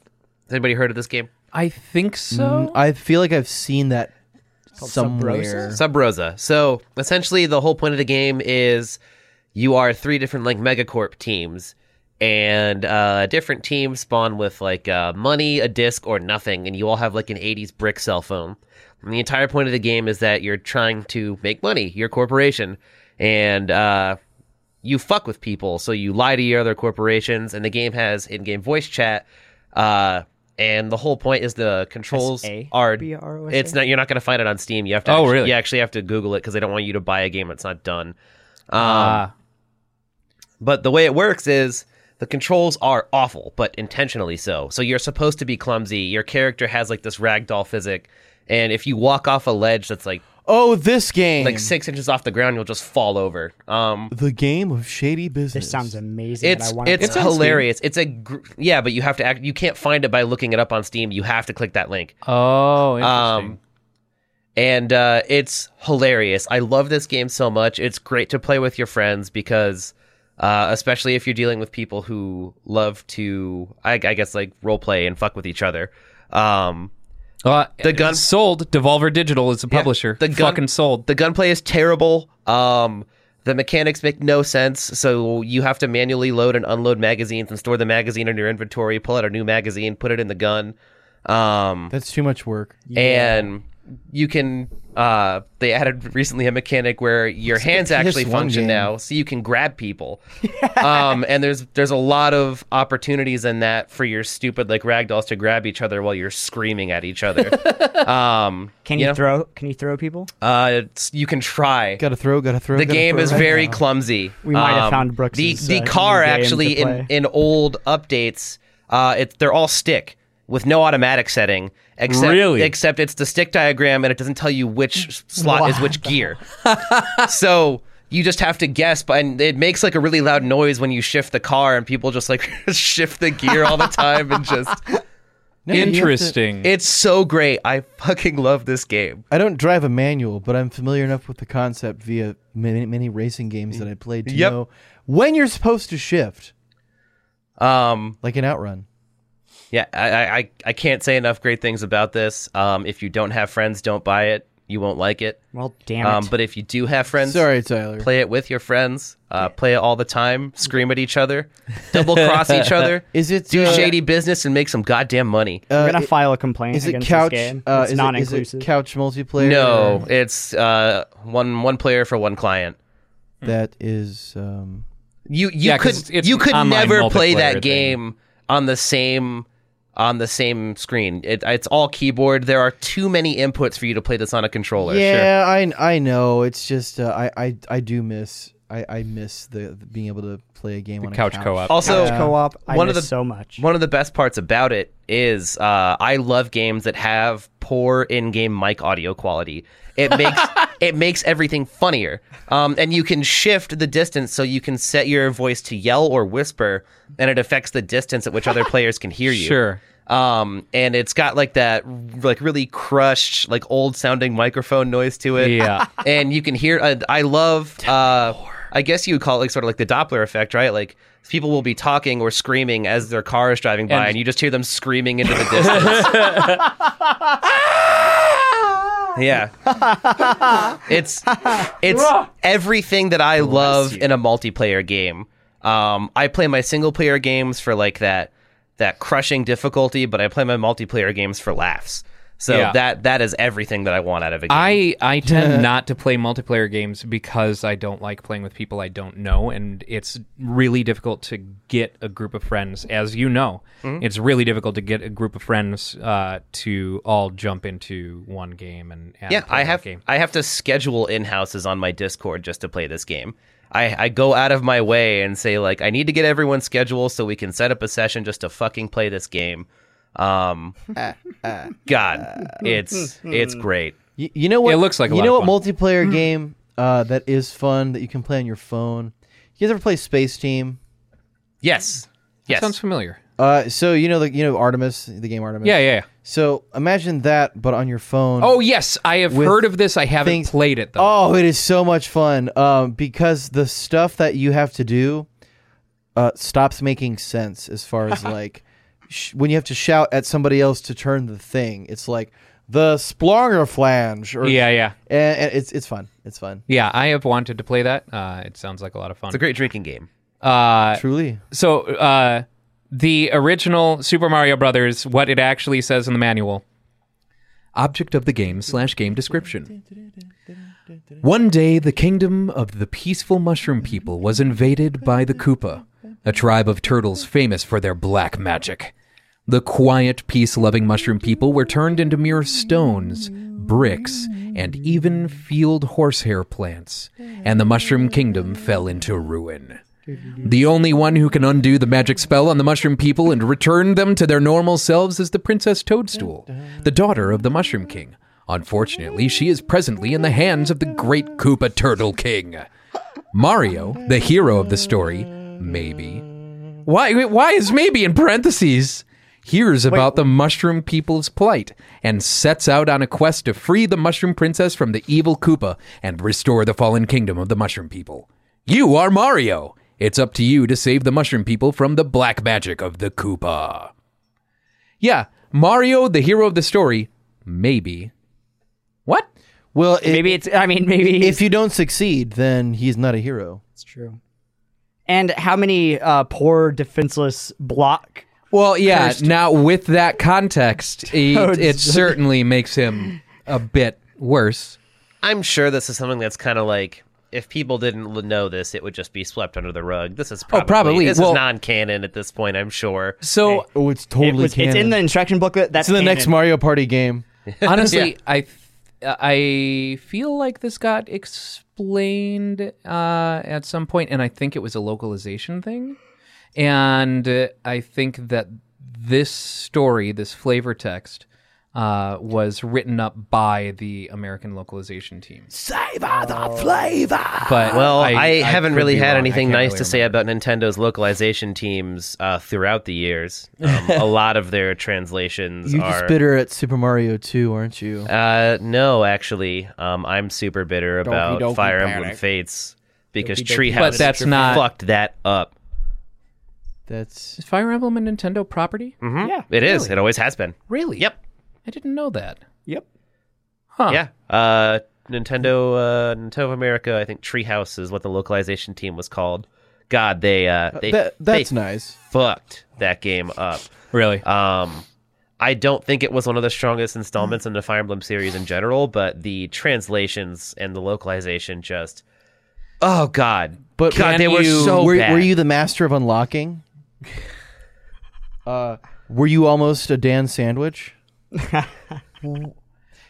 anybody heard of this game? I think so. I feel like I've seen that somewhere. Sub Rosa. So essentially, the whole point of the game is you are three different like megacorp teams, and uh, different teams spawn with like uh, money, a disc, or nothing, and you all have like an '80s brick cell phone. And the entire point of the game is that you're trying to make money, your corporation, and uh, you fuck with people. So you lie to your other corporations, and the game has in-game voice chat. Uh, and the whole point is the controls are S-A-B-R-O-S-A? it's not you're not going to find it on Steam. You have to Oh, actually, really? you actually have to Google it because they don't want you to buy a game that's not done. Um, Ah. but the way it works is the controls are awful, but intentionally so. So you're supposed to be clumsy. Your character has like this ragdoll physic, and if you walk off a ledge that's like Oh, this game. like six inches off the ground, you'll just fall over. Um, the game of shady business. This sounds amazing. it's and I want it's, to hilarious. It's a gr- yeah, but you have to act. You can't find it by looking it up on Steam. You have to click that link. Oh, interesting. Um, and uh, it's hilarious. I love this game so much. It's great to play with your friends because, uh, especially if you're dealing with people who love to, I, I guess, like role play and fuck with each other. Um, Uh, the gun- sold. Devolver Digital is the publisher. the gun- fucking sold. the gunplay is terrible. Um, the mechanics make no sense. So you have to manually load and unload magazines and store the magazine in your inventory, pull out a new magazine, put it in the gun. Um, That's too much work. and you can uh they added recently a mechanic where your hands PS1 actually function game. now so you can grab people um and there's there's a lot of opportunities in that for your stupid like ragdolls to grab each other while you're screaming at each other um Can you know? throw? Can you throw people? uh it's- you can try Gotta throw, gotta throw. the gotta game throw is right very now. clumsy. Um, We might have found Brooks's, the uh, the car game to actually in play. in old updates. Uh, it they're all stick with no automatic setting. Except, Really? Except it's the stick diagram, and it doesn't tell you which slot is which gear. so you just have to guess, but and it makes like a really loud noise when you shift the car, and people just like (laughs) shift the gear all the time, and just (laughs) No, you have to- interesting. it's so great. I fucking love this game. I don't drive a manual, but I'm familiar enough with the concept via many, many racing games that I played to Yep. know when you're supposed to shift, Um, like an outrun. Yeah, I, I, I- I can't say enough great things about this. Um, if you don't have friends, don't buy it. You won't like it. Well, damn it. Um, but if you do have friends, Sorry, Tyler. play it with your friends. Uh, play it all the time. (laughs) Scream at each other. Double cross each other. Is it do uh, shady business and make some goddamn money. Oh, uh, I'm gonna it- file a complaint is it against couch? this game. Uh, it's is it- not is it inclusive. couch multiplayer. No, it's uh, one one player for one client. Mm. that is. Um, You you Yeah, 'cause could it's you an could online never play multiplayer that thing. game on the same on the same screen. It, it's all keyboard. There are too many inputs for you to play this on a controller. yeah, I I know. It's just uh, I I I do miss I I miss the, the being able to play a game on a couch couch co-op. Also, co-op. I one of miss the- so much. One of the best parts about it is uh, I love games that have poor in-game mic audio quality. It makes it makes everything funnier, um, and you can shift the distance so you can set your voice to yell or whisper, and it affects the distance at which other players can hear you. Sure. Um, and it's got like that, like really crushed, like old sounding microphone noise to it Yeah. (laughs) and you can hear. Uh, I love. Uh, I guess you would call it like sort of like the Doppler effect, right? Like people will be talking or screaming as their car is driving by, and, And- you just hear them screaming into the distance. yeah, it's it's everything that I love in a multiplayer game. Um, I play my single player games for like that that crushing difficulty, but I play my multiplayer games for laughs. So Yeah. that that is everything that I want out of a game. I I (laughs) tend not to play multiplayer games because I don't like playing with people I don't know, and it's really difficult to get a group of friends. As you know, Mm-hmm. it's really difficult to get a group of friends uh, to all jump into one game and, and yeah play i that have game. i have to schedule in houses on my discord just to play this game I, I go out of my way and say like i need to get everyone's schedule so we can set up a session just to fucking play this game (laughs) um god it's it's great You, you know what? It looks like a you lot know of what multiplayer Mm. game uh, that is fun that you can play on your phone. You guys ever play Space Team? yes yes Sounds familiar. Uh, so you know the you know Artemis, the game Artemis. Yeah, yeah. yeah. So imagine that, but on your phone. Oh yes, I have With heard of this. I haven't things- played it though. Oh, it is so much fun um, because the stuff that you have to do uh, stops making sense as far as like sh- when you have to shout at somebody else to turn the thing. It's like the Splonger flange. Or, Yeah, yeah. And, and it's it's fun. It's fun. Yeah, I have wanted to play that. Uh, it sounds like a lot of fun. It's a great drinking game. uh, Truly. So uh, the original Super Mario Brothers, what it actually says in the manual. Object of the game slash game description. One day, the kingdom of the peaceful mushroom people was invaded by the Koopa, a tribe of turtles famous for their black magic. The quiet, peace loving mushroom people were turned into mere stones, bricks, and even field horsehair plants, and the mushroom kingdom fell into ruin. The only one who can undo the magic spell on the mushroom people and return them to their normal selves is the Princess Toadstool, the daughter of the Mushroom King. Unfortunately, she is presently in the hands of the great Koopa Turtle King. Mario, the hero of the story, maybe. Why why is maybe in parentheses? Hears about the mushroom people's plight and sets out on a quest to free the mushroom princess from the evil Koopa and restore the fallen kingdom of the mushroom people. You are Mario. It's up to you to save the mushroom people from the black magic of the Koopa. Yeah, Mario, the hero of the story, maybe. What? Well, it, Maybe it's. I mean, maybe if you don't succeed, then he's not a hero. it's true. And how many uh, poor defenseless block? Well, yeah. Now, with that context, (laughs) it, it certainly makes him a bit worse. I'm sure this is something that's kind of like if people didn't l- know this, it would just be swept under the rug. This is probably, Oh, probably. this Well- is non-canon at this point. I'm sure. So, Oh, it's It was, it's in the instruction booklet. That's It's in the next canon. Mario Party game. (laughs) honestly, I th- I feel like this got explained uh, at some point, and I think it was a localization thing. And uh, I think that this story, this flavor text, uh, was written up by the American localization team. Savor the flavor. But Well, I, haven't could really be had wrong. I anything can't nice really to say about Nintendo's localization teams uh, throughout the years. (laughs) Um, a lot of their translations You are. just bitter at Super Mario 2, aren't you? Uh, no, actually, um, I'm super bitter about Donkey Fire Emblem Panic. Fates because Donkey Treehouse But that's not- fucked that up. That's Is Fire Emblem a Nintendo property? Mhm. it is. It always has been. Really? Yep. I didn't know that. Yep. Huh. Yeah. Uh, Nintendo, uh, Nintendo of America. I think Treehouse is what the localization team was called. God, they uh, they that, that's they nice. fucked that game up. Really? Um, I don't think it was one of the strongest installments in the Fire Emblem series in general, but the translations and the localization just. Oh God! But God, can they were you- so were, bad. were you the master of unlocking? (laughs) uh, were you almost a Dan sandwich?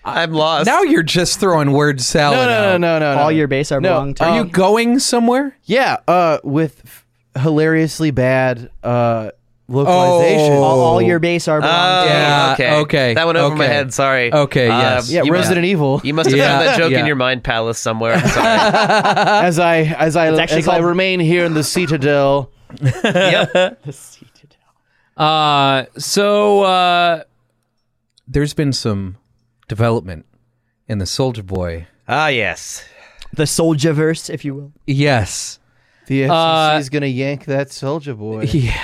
I'm lost. Now you're just throwing word salad. No, no, no, out. no, no. All no. your base are No, belong to. are Are you going somewhere? yeah, uh, with f- hilariously bad uh localization. all, all your base are belong Oh, to. Yeah, Okay. okay, That went over my okay. head. Sorry. Um, Okay, yes. yeah, you Resident Evil. Must, you must have Yeah, found that joke yeah. in your mind palace somewhere. (laughs) I'm sorry. as I as I actually as I called- remain here in the Citadel. Uh, so uh, there's been some development in the Soldier Boy. ah, yes. The soldier verse, if you will. Yes, The FCC Uh, is gonna yank that soldier boy. yeah.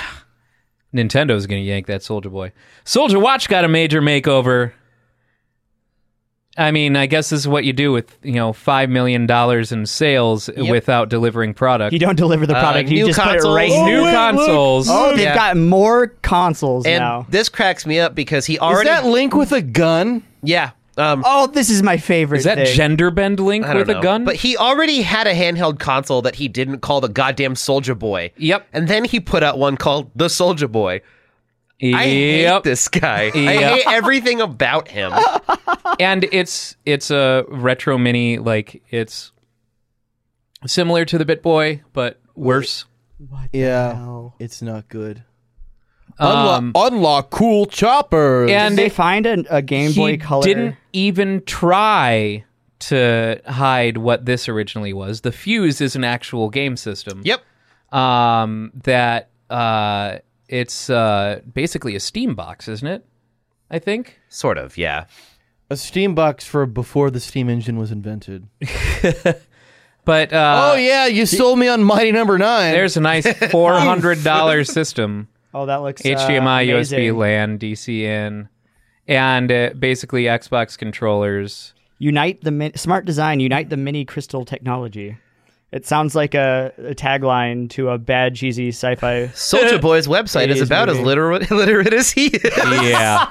Nintendo's gonna yank that Soldier Boy. Soldier Watch got a major makeover. I mean, I guess this is what you do with you know five million dollars in sales without delivering product. You don't deliver the product. Uh, new you just put consoles. it right. Oh, New consoles. Oh, they've Yeah. got more consoles And now. this cracks me up because he Is already. that Link with a gun? yeah. Um, Oh, this is my favorite. Is that thing. gender bend link I don't with know. a gun? But he already had a handheld console that he didn't call the goddamn Soldier Boy. Yep. And then he put out one called the Soldier Boy. I hate Yep. this guy. I Yep. hate everything (laughs) about him. and it's it's a retro mini like it's similar to the bit boy but worse Yeah, it's not good. Um, unlock, unlock cool chopper. Did and they find a, a Game he Boy Color? didn't even try to hide what this originally was the fuse is an actual game system yep. um that uh it's uh basically a steam box isn't it i think Sort of, yeah. a Steam box for before the steam engine was invented. but uh Oh, (laughs) oh yeah, you sold me on Mighty Number Nine. there's a nice $400 system Oh, that looks uh, HDMI, USB amazing. LAN, DC in, and uh, basically Xbox controllers. Unite the min- smart design. Unite the mini crystal technology. It sounds like a, a tagline to a bad cheesy sci-fi. Soldier Boy's website is It is about as moving. literate, (laughs) literate as (laughs) he is. Yeah.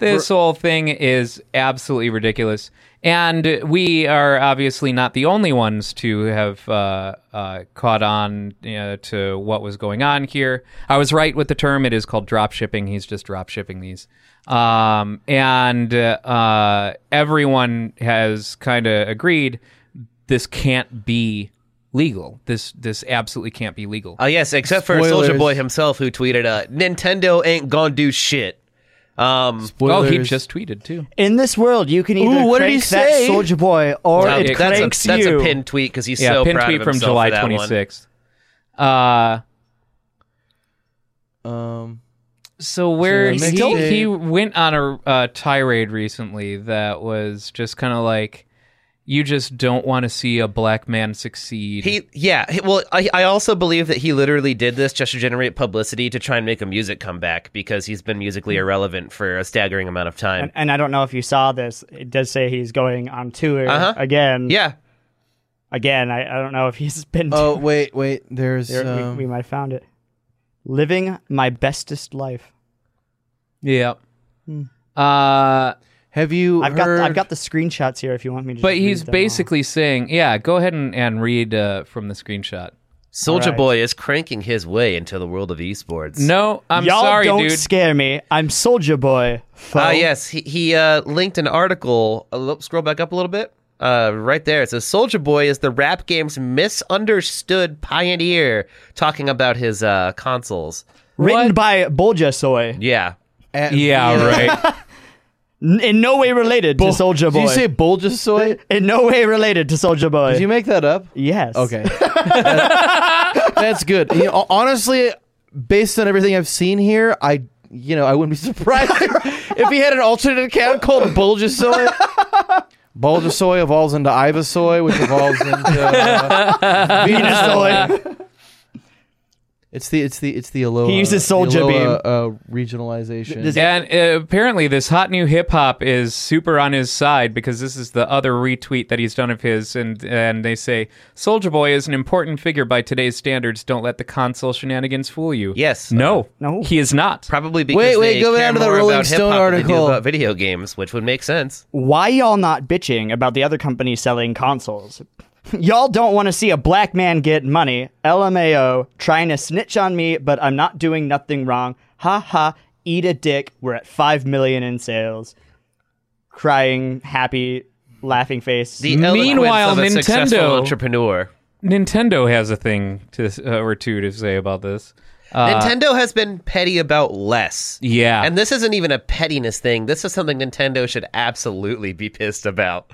this whole thing is absolutely ridiculous. And we are obviously not the only ones to have uh, uh, caught on uh, to what was going on here. I was right with the term. It is called drop shipping. He's just drop shipping these. Um, and uh, everyone has kind of agreed this can't be legal. This this absolutely can't be legal. Uh, yes, except for Soldier Boy himself, who tweeted, uh, "Nintendo ain't gonna do shit." Um, oh, he Spoilers. just tweeted too. (laughs) In this world, you can either Ooh, what did crank he that say? soldier boy or uh, it that's, cranks a, that's you. a pinned tweet because he's yeah, so pin proud tweet of from himself July for that one. 26th. Uh, Um, so where So he, still- he went on a uh, tirade recently that was just kind of like, you just don't want to see a black man succeed. He, yeah. he- well, I, I also believe that he literally did this just to generate publicity to try and make a music comeback because he's been musically Hmm. irrelevant for a staggering amount of time. And, and I don't know if you saw this. It does say he's going on tour Uh-huh. again. yeah, Again, I, I don't know if he's been. oh wait, wait. There's there, we- um, we, might have found it. Living my bestest life. yeah. Hmm. Uh, have you I've got heard? I've got the screenshots here if you want me to. but just read he's them all. basically saying, yeah, go ahead and, and read uh, from the screenshot. Soldier Alright. Boy is cranking his way into the world of esports. No, I'm Y'all sorry, don't dude. scare me. I'm Soldier Boy. Ah, foe. yes. He, he uh, linked an article. Uh, lo- scroll back up a little bit. Uh, right there. It says Soldier Boy is the rap game's misunderstood pioneer, talking about his uh, consoles. Written What? by Bolja Soy. Yeah. at- yeah, right. N- in no way related to Soldier Boy. Did you (laughs) say Bulgasoy? in no way related to Soldier Boy. Did you make that up? yes. (laughs) Okay. That- that's good. You know, honestly, based on everything I've seen here, I you know I wouldn't be (laughs) surprised if he had an alternate account (laughs) called Bulgasoy. Bulgasoy evolves into Ivasoy, which evolves into uh, (laughs) Venusoy. It's the it's the it's the Aloha. He uses the Soulja Aloha, Beam. Uh, regionalization. Does it- and uh, apparently, this hot new hip hop is super on his side because this is the other retweet that he's done of his, and and they say Soldier Boy is an important figure by today's standards. Don't let the console shenanigans fool you. Yes. No. No. He is not. Probably because Wait, wait, they go care down to the more Rolling about hip-hop Stone than they do article. about video games, which would make sense. (laughs) Why y'all not bitching about the other company selling consoles? (laughs) y'all don't want to see a black man get money. LMAO trying to snitch on me, but I'm not doing nothing wrong. Ha ha. Eat a dick. We're at five million in sales. Crying, happy, laughing face. The Meanwhile, eloquence of a successful Nintendo- entrepreneur. Nintendo has a thing to uh, or two to say about this. uh, Nintendo has been petty about less. Yeah. And this isn't even a pettiness thing. This is something Nintendo should absolutely be pissed about.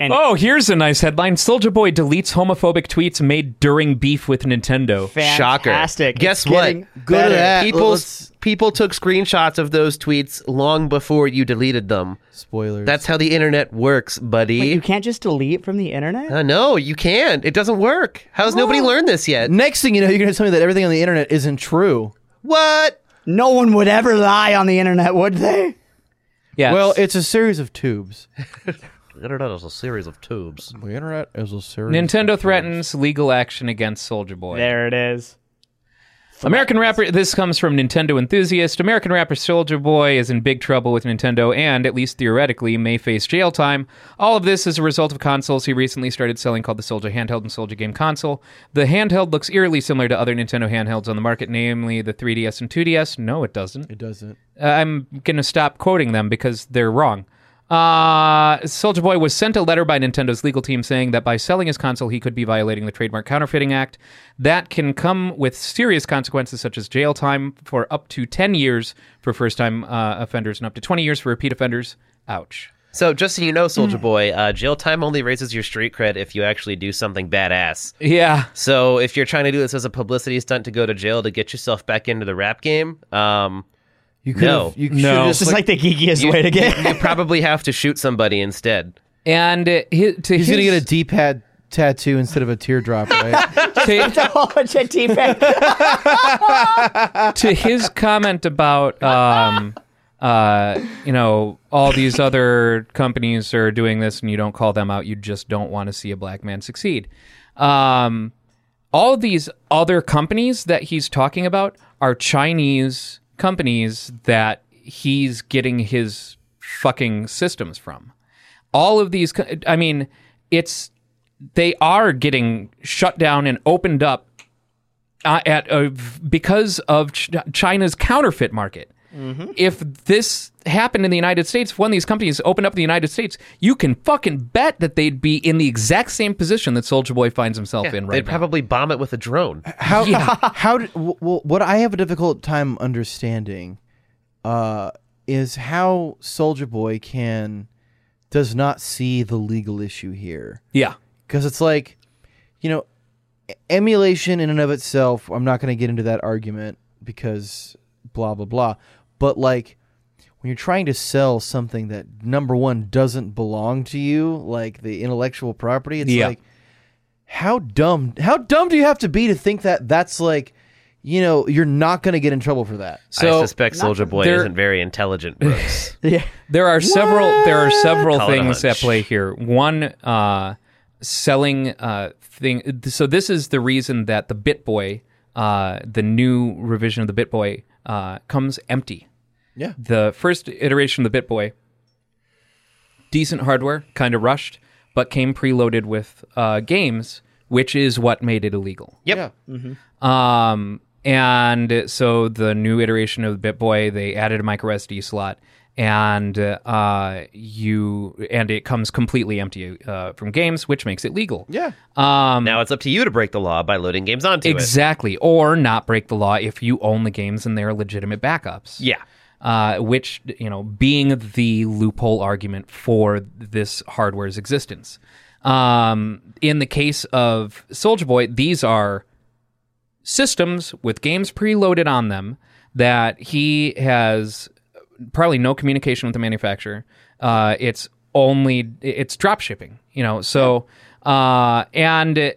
oh, here's a nice headline: Soldier Boy deletes homophobic tweets made during beef with Nintendo. Shocker. Fantastic. It's Guess what? getting Go to better. that. people Let's- people took screenshots of those tweets long before you deleted them. Spoilers. That's how the internet works, buddy. You can't just delete from the internet? uh, no, you can't. It doesn't work. How's nobody learned this yet? Next thing you know, you're gonna tell me that everything on the internet isn't true. What? No one would ever lie on the internet, would they? Yes. Well, it's a series of tubes. The internet is a series of tubes. (laughs) The internet is a series. Nintendo threatens legal action against Soldier Boy. There it is. American rapper, this comes from Nintendo Enthusiast. American rapper Soldier Boy is in big trouble with Nintendo and, at least theoretically, may face jail time. All of this is a result of consoles he recently started selling called the Soldier Handheld and Soldier Game Console. The handheld looks eerily similar to other Nintendo handhelds on the market, namely the 3DS and 2DS. No, it doesn't. It doesn't. I'm going to stop quoting them because they're wrong. Uh, Soldier Boy was sent a letter by Nintendo's legal team saying that by selling his console, he could be violating the Trademark Counterfeiting Act. That can come with serious consequences, such as jail time for up to 10 years for first time uh, offenders and up to 20 years for repeat offenders. Ouch. So, just so you know, Soldier Boy, uh, jail time only raises your street cred if you actually do something badass. Yeah. So, if you're trying to do this as a publicity stunt to go to jail to get yourself back into the rap game, um, You could. No. You No. should've This is like the geekiest way (laughs) to get. (laughs) you probably have to shoot somebody instead. And uh, hi- to He's his, gonna get a D-pad tattoo instead of a teardrop, (laughs) right? (laughs) to, to his comment about um, uh, you know all these other companies are doing this and you don't call them out you just don't want to see a black man succeed um, all these other companies that he's talking about are chinese companies that he's getting his fucking systems from all of these co- i mean it's they are getting shut down and opened up uh, at a, because of Ch- China's counterfeit market. Mm-hmm. If this happened in the United States, if one of these companies opened up in the United States, you can fucking bet that they'd be in the exact same position that Soldier Boy finds himself in right They'd now. probably bomb it with a drone. How how did, w- w- what I have a difficult time understanding uh, is how Soldier Boy can does not see the legal issue here. yeah, because it's like you know e- emulation in and of itself i'm not going to get into that argument because blah blah blah but like when you're trying to sell something that number one doesn't belong to you like the intellectual property it's Yeah. like how dumb how dumb do you have to be to think that that's like you know you're not going to get in trouble for that I so suspect Soldier Boy there- isn't very intelligent, (laughs) Brooks. there are several there are several Call it a things at hunch. play here. One, uh, selling uh, thing. So this is the reason that the BitBoy, uh, the new revision of the BitBoy, uh, comes empty. Yeah. The first iteration of the BitBoy, decent hardware, kind of rushed, but came preloaded with uh, games, which is what made it illegal. yep. Mm. Um, and so the new iteration of BitBoy, they added a micro SD slot, and uh, you and it comes completely empty uh, from games, which makes it legal. yeah Um, Now it's up to you to break the law by loading games onto exactly, or not break the law if you own the games and they're legitimate backups. it. Yeah. Uh, which you know, being the loophole argument for this hardware's existence. Um, in the case of Soldier Boy, these are systems with games preloaded on them that he has probably no communication with the manufacturer. Uh, it's only it's drop shipping, you know. So uh, and it-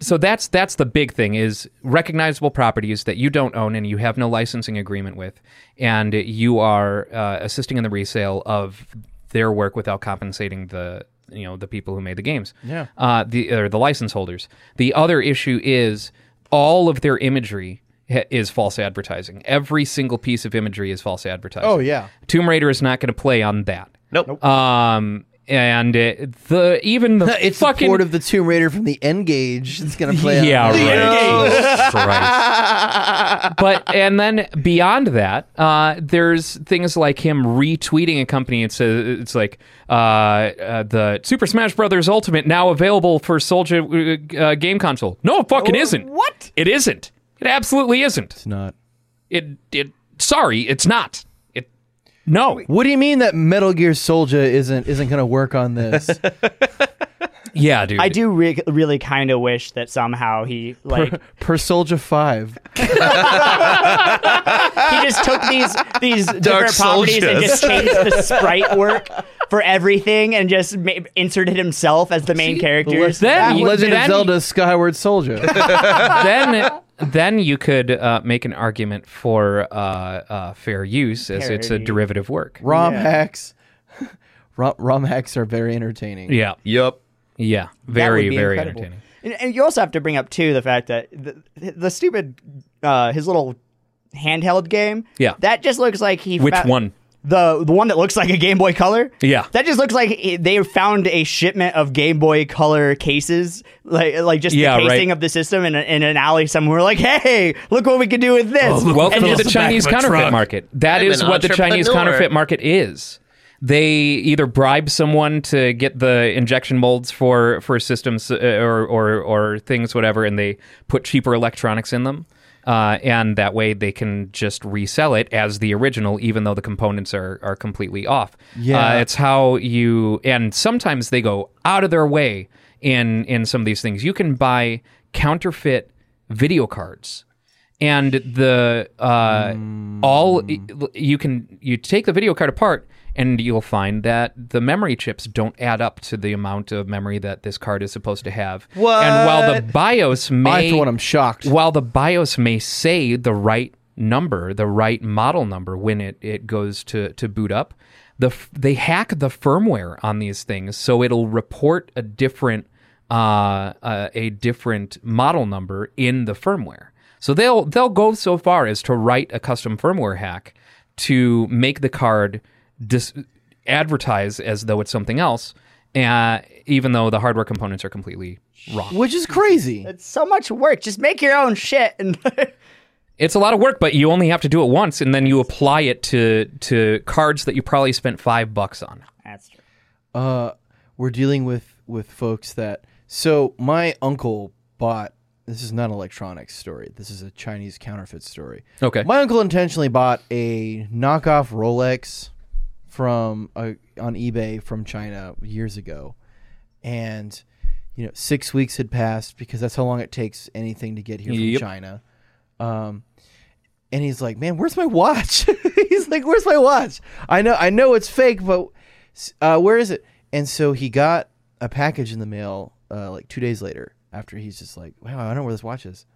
so that's that's the big thing is recognizable properties that you don't own and you have no licensing agreement with, and you are uh, assisting in the resale of their work without compensating the you know the people who made the games. Yeah. Uh, the or the license holders. The other issue is all of their imagery ha- is false advertising. Every single piece of imagery is false advertising. oh yeah Tomb Raider is not going to play on that. Nope. Um, and uh the even the (laughs) (laughs) it's the fucking port of the tomb raider from the n gauge that's going to play (laughs) on- yeah, right. Jesus Christ. but and then beyond that, uh, there's things like him retweeting a company. It's a, it's like uh, uh, the Super Smash Brothers Ultimate now available for Soldier uh, uh, game console. No, it fucking isn't. What? It isn't. It absolutely isn't. it's not It it. Sorry, it's not. It. No. What do you mean that Metal Gear Soldier isn't isn't going to work on (laughs) this? Yeah, dude. I do re- really kind of wish that somehow he like per Soldier Five? he just took these these different properties and Soldiers. just changed the sprite work for everything and just ma- inserted himself as the main characters. Then you- Legend of then- Zelda Skyward Soldier. then then you could uh, make an argument for uh, uh, fair use as it's a Parody. derivative work. ROM (laughs) hacks. ROM, ROM hacks are very entertaining. Yeah, Yep. yeah, That would very be very incredible. (laughs) entertaining. And, and you also have to bring up too the fact that the, the stupid uh, his little handheld game. Yeah. that just looks like he. Which fou- one? The the one that looks like a Game Boy Color. Yeah. that just looks like it- they found a shipment of Game Boy Color cases, like like just Yeah, the right. casing of the system in, a- in an alley somewhere. Like, hey, look what we can do with this. Welcome And to just- Oh, the Chinese counterfeit market. That I'm is an what the Chinese entrepreneur. counterfeit market is. They either bribe someone to get the injection molds for for systems uh, or or, or things whatever, and they put cheaper electronics in them, uh, and that way they can just resell it as the original, even though the components are are completely off. Yeah. Uh, it's how you and sometimes they go out of their way in in some of these things. You can buy counterfeit video cards and the uh, all Hmm. you can you take the video card apart and you'll find that the memory chips don't add up to the amount of memory that this card is supposed to have. And while the BIOS Oh, I, may for one, am shocked. while the BIOS may say the right number, the right model number when it, it goes to, to boot up, the f- they hack the firmware on these things, so it'll report a different uh, uh, a different model number in the firmware. So they'll they'll go so far as to write a custom firmware hack to make the card dis- advertise as though it's something else, uh, even though the hardware components are completely wrong. Which is crazy. It's so much work. Just make your own shit. (laughs) And it's a lot of work, but you only have to do it once, and then you apply it to to cards that you probably spent five bucks on. that's true. uh, we're dealing with with folks that. So my uncle bought. This is not an electronics story. This is a Chinese counterfeit story. Okay. My uncle intentionally bought a knockoff Rolex from uh, on eBay from China years ago, and you know six weeks had passed because that's how long it takes anything to get here Yep. from China. Um, and he's like, "Man, where's my watch?" (laughs) he's like, "Where's my watch?" I know, I know it's fake, but uh, where is it? And so he got a package in the mail uh, like two days later. After he's just like, "Wow, I don't know where this watch is."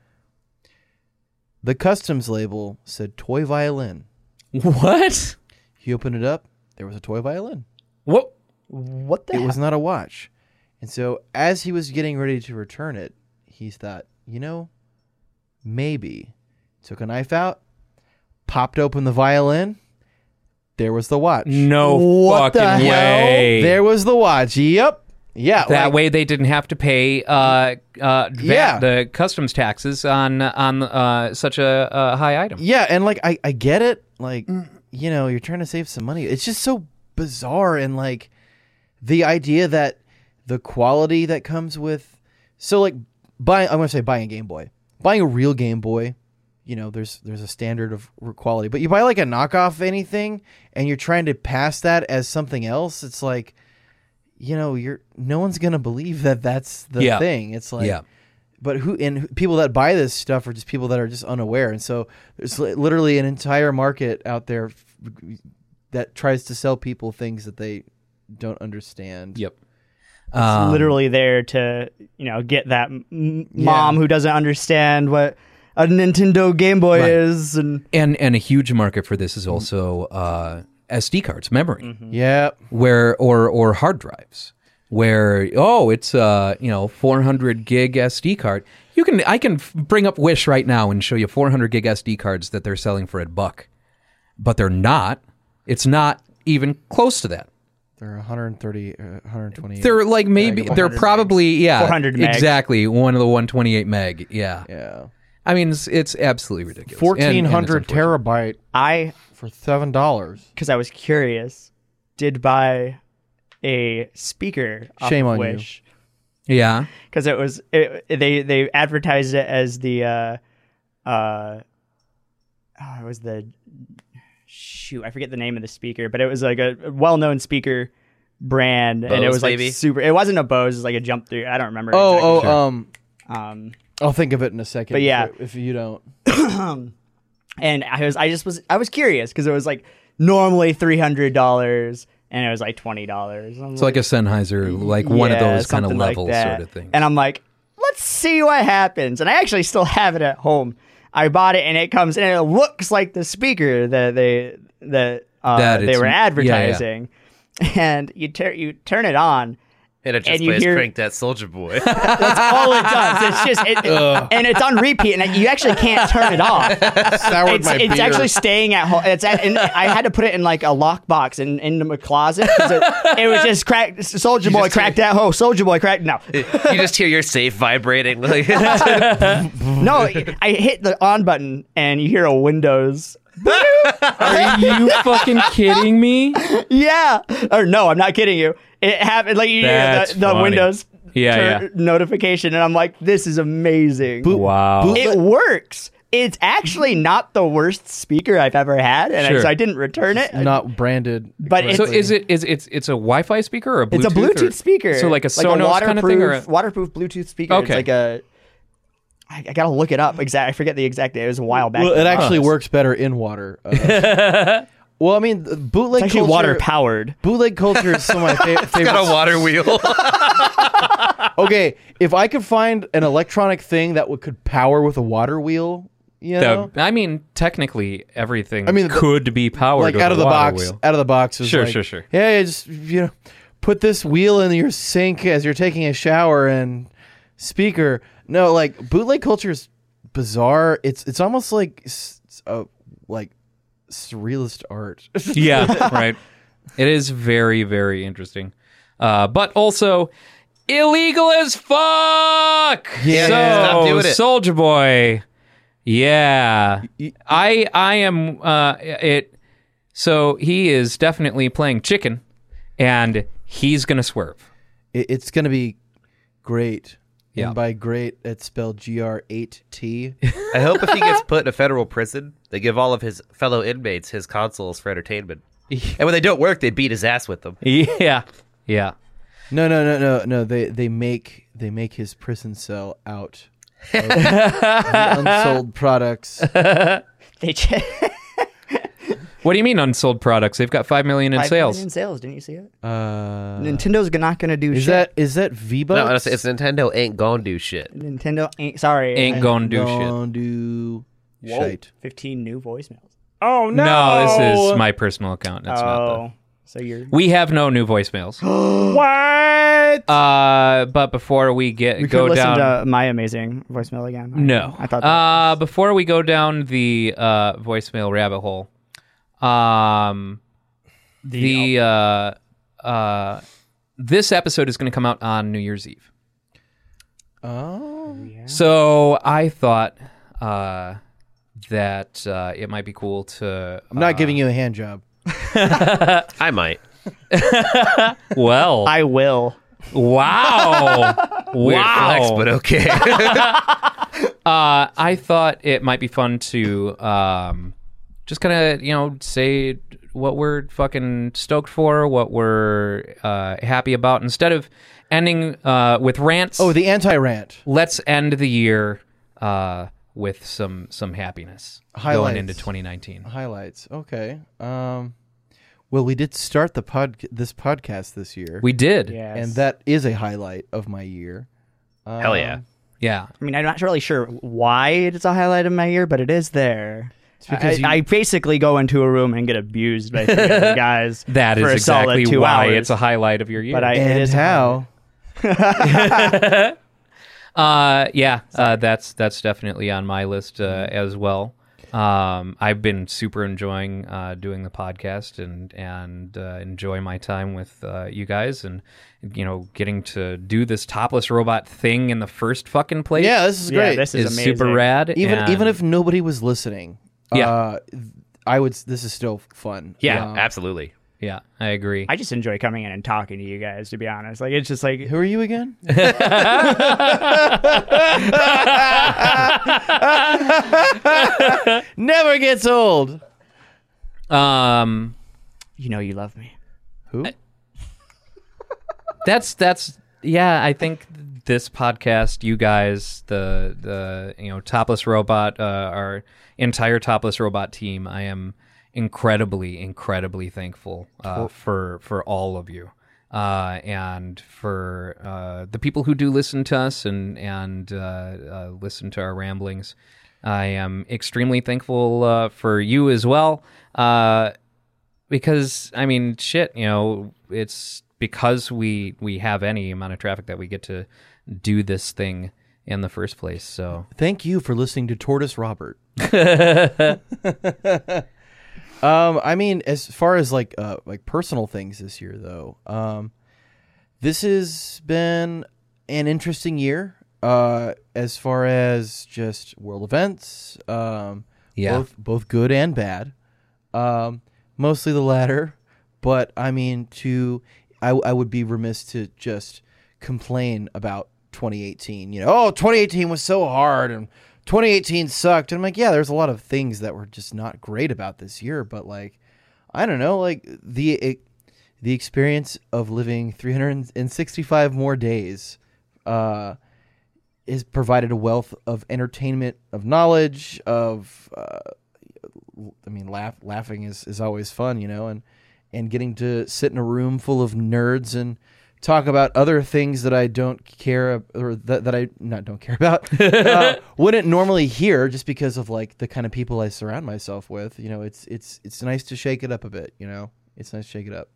The customs label said "toy violin." What? He opened it up. There was a toy violin. What? What the It was not a watch. And so, as he was getting ready to return it, he thought, you know, maybe. Took a knife out, popped open the violin. There was the watch. No What the fucking hell? way. There was the watch. Yep. Yeah. That like- way they didn't have to pay uh, uh, va- Yeah. the customs taxes on on uh, such a, a high item. Yeah, and like I, I get it. Like you know, you're trying to save some money. It's just so bizarre and like the idea that the quality that comes with so like buying I'm gonna say buying a Game Boy. Buying a real Game Boy, you know, there's there's a standard of r- quality. But you buy like a knockoff of anything and you're trying to pass that as something else, it's like you know, you're no one's gonna believe that that's the Yeah. thing. It's like Yeah. but who and who- people that buy this stuff are just people that are just unaware and so there's li- literally an entire market out there f- that tries to sell people things that they don't understand Yep. Um, It's literally there to you know get that m- m- mom who doesn't understand what a Nintendo Game Boy Right. is, and And and a huge market for this is also uh, SD cards, memory. yep where or or hard drives where oh it's uh you know 400 gig SD card you can I can f- bring up Wish right now and show you 400 gig SD cards that they're selling for a buck but they're not it's not even close to that they're 130 uh, 120 they're like maybe they're probably yeah 400 meg. exactly one of the 128 meg yeah, yeah I mean it's, it's absolutely ridiculous And- and Fourteen it's hundred terabyte unfortunate. I for seven dollars. because I was curious, did buy a speaker. Off Shame of on you. Wish yeah because it was it, they they advertised it as the uh uh oh, it was the shoot I forget the name of the speaker, but it was like a well known speaker brand and it Bose, was like maybe? super it wasn't a Bose it was like a jump through I don't remember oh exactly. oh um um i'll think of it in a second But if yeah. it- if, you don't and I was I just was I was curious because it was like normally three hundred dollars and it was like twenty dollars it's like a Sennheiser like one of Yeah, those kind of something like level that. sort of thing And I'm like, let's see what happens. And I actually still have it at home. I bought it and it comes and it looks like the speaker that they that, uh, That they it's- were yeah, yeah. advertising. And you tur you turn it on. And it just And you plays hear- Crank That Soldier (laughs) Boy. That's all it does. It's just (laughs) it, it- and it's on repeat and you actually can't turn it off. (laughs) soured It's, it's actually staying at home. It's at, and I had to put it in like a lockbox in in my closet. 'cause It, it was just cracked. Soldier boy cracked that hole. Soldier boy cracked. No, you just hear your safe vibrating. (laughs) Like, No, I hit the on button and you hear a Windows. are (laughs) you fucking kidding me Yeah, or no, I'm not kidding you. It happened like you That's hear the, the funny. Windows Yeah, tur- yeah. notification, and I'm like, this is amazing. wow It works. It's actually not the worst speaker I've ever had, and I- Sure. so I didn't return it. not branded But it's- So correctly. is it is it's it's a Wi-Fi speaker or a Bluetooth? it's a Bluetooth or- speaker. So like a Sonos waterproof, kind of thing or a, waterproof Bluetooth speaker. Okay. It's like a I, I gotta look it up. Exact. I forget the exact day. It was a while back. Well, it actually Oh. works better in water. uh, (laughs) well, I mean, th- bootleg It's actually culture, water powered. Bootleg culture is some of my (laughs) fa- favorite. Got a water wheel. Okay, if I could find an electronic thing that would, could power with a water wheel, you know, I mean, technically, everything. I mean, mean, the- could be powered like with out of a the water box, wheel. out of the box. is Sure, like, sure, sure. Yeah, yeah, just you know, put this wheel in your sink as you're taking a shower and speaker. No, like bootleg culture is bizarre. It's it's almost like s- s- uh, like surrealist art. (laughs) yeah, right. It is very, very interesting, uh, but also illegal as fuck. Yeah. Stop so doing it. Soldier Boy. Yeah, I I am uh, it. So he is definitely playing chicken, and he's gonna swerve. It, it's gonna be great. Yeah. And by great, it's spelled G R eight T. I hope if (laughs) he gets put in a federal prison, they give all of his fellow inmates his consoles for entertainment. And when they don't work, they beat his ass with them. Yeah, yeah. No, no, no, no, no. They they make they make his prison cell out. (laughs) of the unsold products. They (laughs) ch- What do you mean unsold products? They've got five million in Five sales. million sales. Didn't you see it? Uh, Nintendo's not gonna do is shit. that is that V No, bucks? honestly, it's Nintendo ain't gonna do shit. Nintendo ain't sorry. Ain't I- gonna do shit. Don't do Whoa, shite. Fifteen new voicemails. Oh no! this is my personal account. It's not the- Oh, so you're we have no new voicemails. (gasps) what? Uh, but before we get we could go listen down, to my amazing voicemail again. I- no. I thought. uh, before we go down the uh, voicemail rabbit hole, um, the, uh, uh, this episode is going to come out on New Year's Eve. Oh, So I thought uh, that uh, it might be cool to. I'm not giving you a hand job. I might. well, I will. wow, Weird wow. flex, but okay. Uh, I thought it might be fun to um, just kind of, you know, say what we're fucking stoked for, what we're uh, happy about. Instead of ending uh, with rants, Oh, the anti rant. let's end the year uh, with some some happiness Highlights. going into 2019. highlights. Okay. Um, well, we did start the pod this podcast this year, We did. Yes. and that is a highlight of my year. (laughs) Um, Hell yeah. Yeah. I mean, I'm not really sure why it's a highlight of my year, but it is there. I, because you- I basically go into a room and get abused by three (laughs) other guys. That for is a exactly solid two why hours. it's a highlight of your year. But I, it And is how? Uh, yeah, uh, that's that's definitely on my list uh, Mm-hmm. as well. Um, I've been super enjoying uh, doing the podcast and and uh, enjoy my time with uh, you guys and you know getting to do this topless robot thing in the first fucking place. Yeah, this is Yeah, great. this is, is amazing. super rad. even and- even if nobody was listening. Yeah. Uh, I would. s- This is still fun. Yeah, Um, absolutely. yeah, I agree. I just enjoy coming in and talking to you guys. To be honest, like it's just like who are you again? Never gets old. um, you know you love me. Who? that's that's yeah i think this podcast you guys the the you know topless robot uh, our entire topless robot team i am incredibly incredibly thankful uh, for for all of you uh, and for uh, the people who do listen to us and and uh, uh, listen to our ramblings i am extremely thankful uh, for you as well uh, because I mean, shit, you know, it's because we we have any amount of traffic that we get to do this thing in the first place. So Thank you for listening to Tortoise Robert. um, I mean, as far as like uh, like personal things this year, though, um, this has been an interesting year uh, as far as just world events, um, Yeah. both both good and bad. Um, mostly the latter, but I mean, to I, I would be remiss to just complain about 2018. You know, oh, 2018 was so hard and 2018 sucked. And I'm like, yeah, there's a lot of things that were just not great about this year, but like, I don't know, like the it, the experience of living 365 more days uh, has provided a wealth of entertainment, of knowledge, of uh, I mean, laugh, laughing is, is always fun, you know, and and getting to sit in a room full of nerds and talk about other things that I don't care ab- or that, that I not don't care (laughs) about uh, wouldn't normally hear just because of like the kind of people I surround myself with. You know, it's it's it's nice to shake it up a bit. You know, it's nice to shake it up.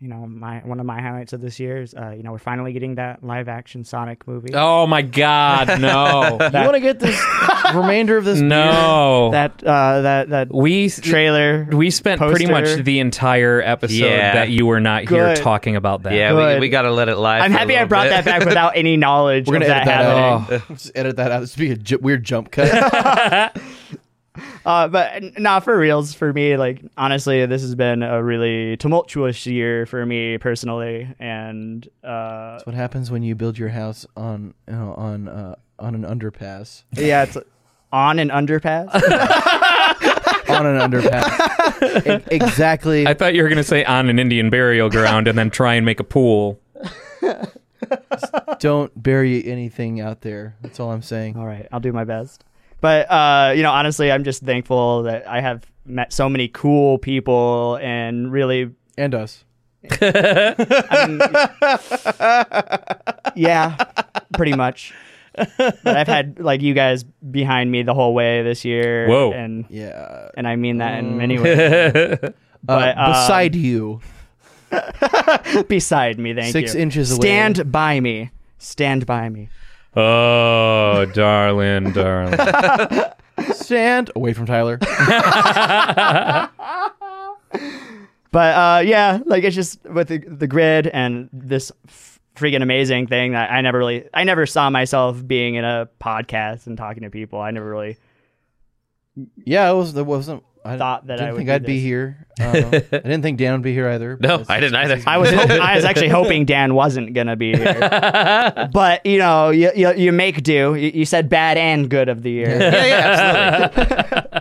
You know, my one of my highlights of this year is, uh, you know, we're finally getting that live action Sonic movie. Oh my God, (laughs) no, you want to (laughs) get this remainder of this? (laughs) no. That uh, that that we trailer. we spent pretty poster. much the entire episode Yeah. that you were not here Good. talking about that. Yeah, Good. we, we gotta let it live. I'm for a happy I little brought bit. that (laughs) back without any knowledge We're of gonna that edit that happening. out. (laughs) Just edit that out. This would be a ju- weird jump cut. Uh, but n- nah, for reals, for me, like honestly, this has been a really tumultuous year for me personally, and uh, what happens when you build your house on you know, on uh, on an underpass? yeah, it's on an underpass. (laughs) on an underpass. (laughs) E- exactly. I thought you were gonna say on an Indian burial ground and then try and make a pool. Don't bury anything out there. That's all I'm saying. All right, I'll do my best. But uh, you know, honestly, I'm just thankful that I have met so many cool people and really, (laughs) And us. yeah, pretty much. But I've had like you guys behind me the whole way this year. Whoa. and Yeah. Mm. and I mean that in many ways. (laughs) But, uh, um, beside you, Beside me, thank you. six inches away. Stand by me. Stand by me. Oh, darling, (laughs) darling. stand away from Tyler. But uh, yeah, like it's just with the, the grid and this f- freaking amazing thing that I never really, I never saw myself being in a podcast and talking to people. I never really (laughs) yeah, it was. There wasn't. I Thought that didn't I would think do I'd be this. (laughs) here. Um, I didn't think Dan would be here either. but No, it's- I didn't either. I was hoping, I was actually hoping Dan wasn't gonna be here, (laughs) but you know, you you, you make do. You, you said bad and good of the year. (laughs) Yeah, yeah, absolutely.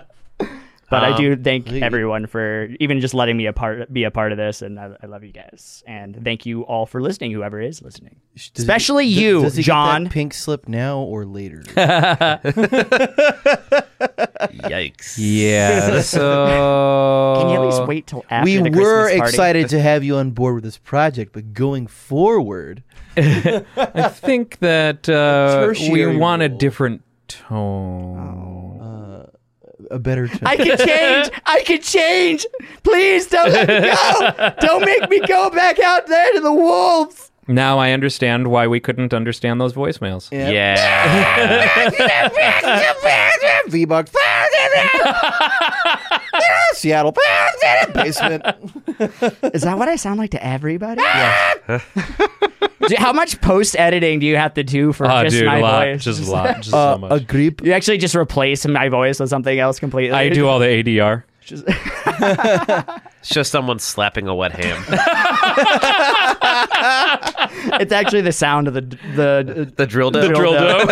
But I do thank you- everyone for even just letting me a part be a part of this, and I, I love you guys, and thank you all for listening, whoever is listening. Does he- Especially does- you, does he get that John. pink slip now or later? (laughs) Yikes. (laughs) yeah. (laughs) So Can you at least wait till (laughs) after Uh, we the were Christmas party? excited to have you on board with this project, but going forward, I think that uh, Tertiary we want a rule. Oh. different tone. a better tone. I (laughs) can change. I can change. Please don't let me go. (laughs) Don't make me go back out there to the wolves. Now I understand why we couldn't understand those voicemails. Yeah. V Bucks. Seattle basement. Is that what I sound like to (laughs) everybody? Do- how much post editing do you have to do for Oh, just dude, my a lot, voice? just a (laughs) lot, just so Uh, much. a grip. you actually just replace my voice with something else completely. I do all the ADR. it's just someone slapping a wet ham. (laughs) It's actually the sound of the the. The drill dough. drill dough.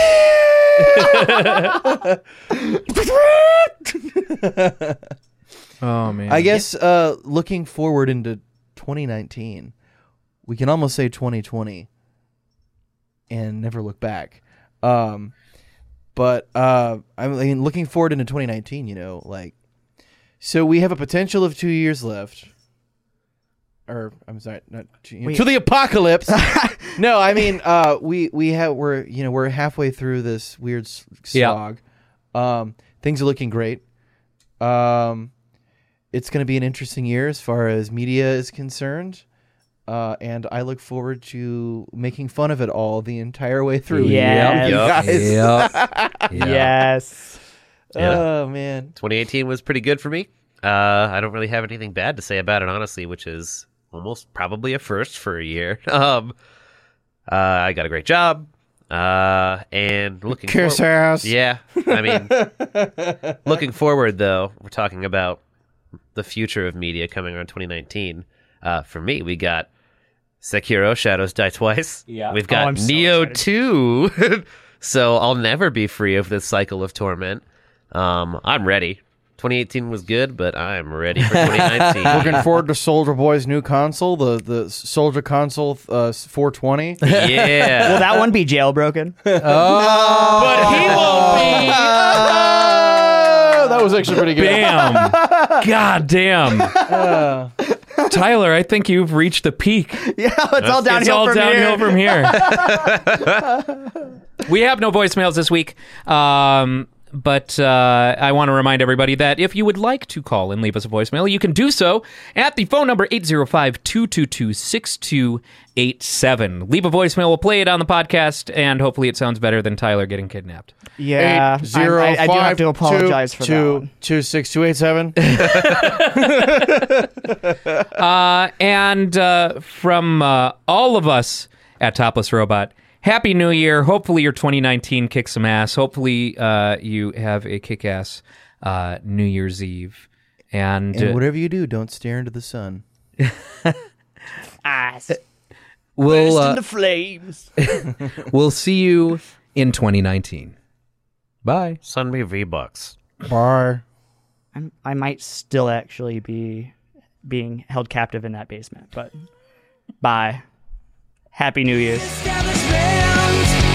(laughs) Oh man. I guess uh, looking forward into 2019, we can almost say 2020 and never look back. Um, but uh, I mean, looking forward into 2019, you know, like, so we have a potential of two years left. Or I'm sorry, not two, to the apocalypse. (laughs) no, I mean, uh, we we have we're you know we're halfway through this weird s- Yeah. slog. Um, things are looking great. Um, it's going to be an interesting year as far as media is concerned. Uh, and I look forward to making fun of it all the entire way through. Yes. Yep. Guys. Yes. Yeah. Oh, man. 2018 was pretty good for me. Uh, I don't really have anything bad to say about it, honestly, which is almost probably a first for a year. (laughs) Um, uh, I got a great job. Uh, and looking Kiss forward- ass. Yeah, I mean, looking forward though, we're talking about the future of media coming around 2019. Uh, for me, we got Sekiro: Shadows Die Twice. Yeah, we've got Oh, I'm so Neo (laughs) 2. so I'll never be free of this cycle of torment. Um, I'm ready. 2018 was good, but I'm ready for 2019. (laughs) Looking forward to Soldier Boy's new console, the the Soldier Console uh, 420. yeah. Will that one be jailbroken? But he won't be. Oh, that was actually pretty (laughs) good. Damn. God damn. Tyler, I think you've reached the peak. yeah, it's all downhill it's all from downhill here. from here. (laughs) we have no voicemails this week, um, but uh, I want to remind everybody that if you would like to call and leave us a voicemail, you can do so at the phone number 805 222 6287. Leave a voicemail, we'll play it on the podcast, and hopefully it sounds better than Tyler getting kidnapped. yeah, Eight, zero, I, I, I do have five, to apologize two, for two, that. One. two, six, two, eight, seven. Uh, and uh, from uh, all of us at Topless Robot, Happy New Year. Hopefully, your 2019 kicks some ass. Hopefully, uh, you have a kick ass uh, New Year's Eve. And, And uh, whatever you do, don't stare into the sun. Ah, we'll, uh, the flames. we'll see you in 2019. Bye. Send me V-Bucks. Bar. I'm, I might still actually be being held captive in that basement, but bye. Happy New Year's. Establishment.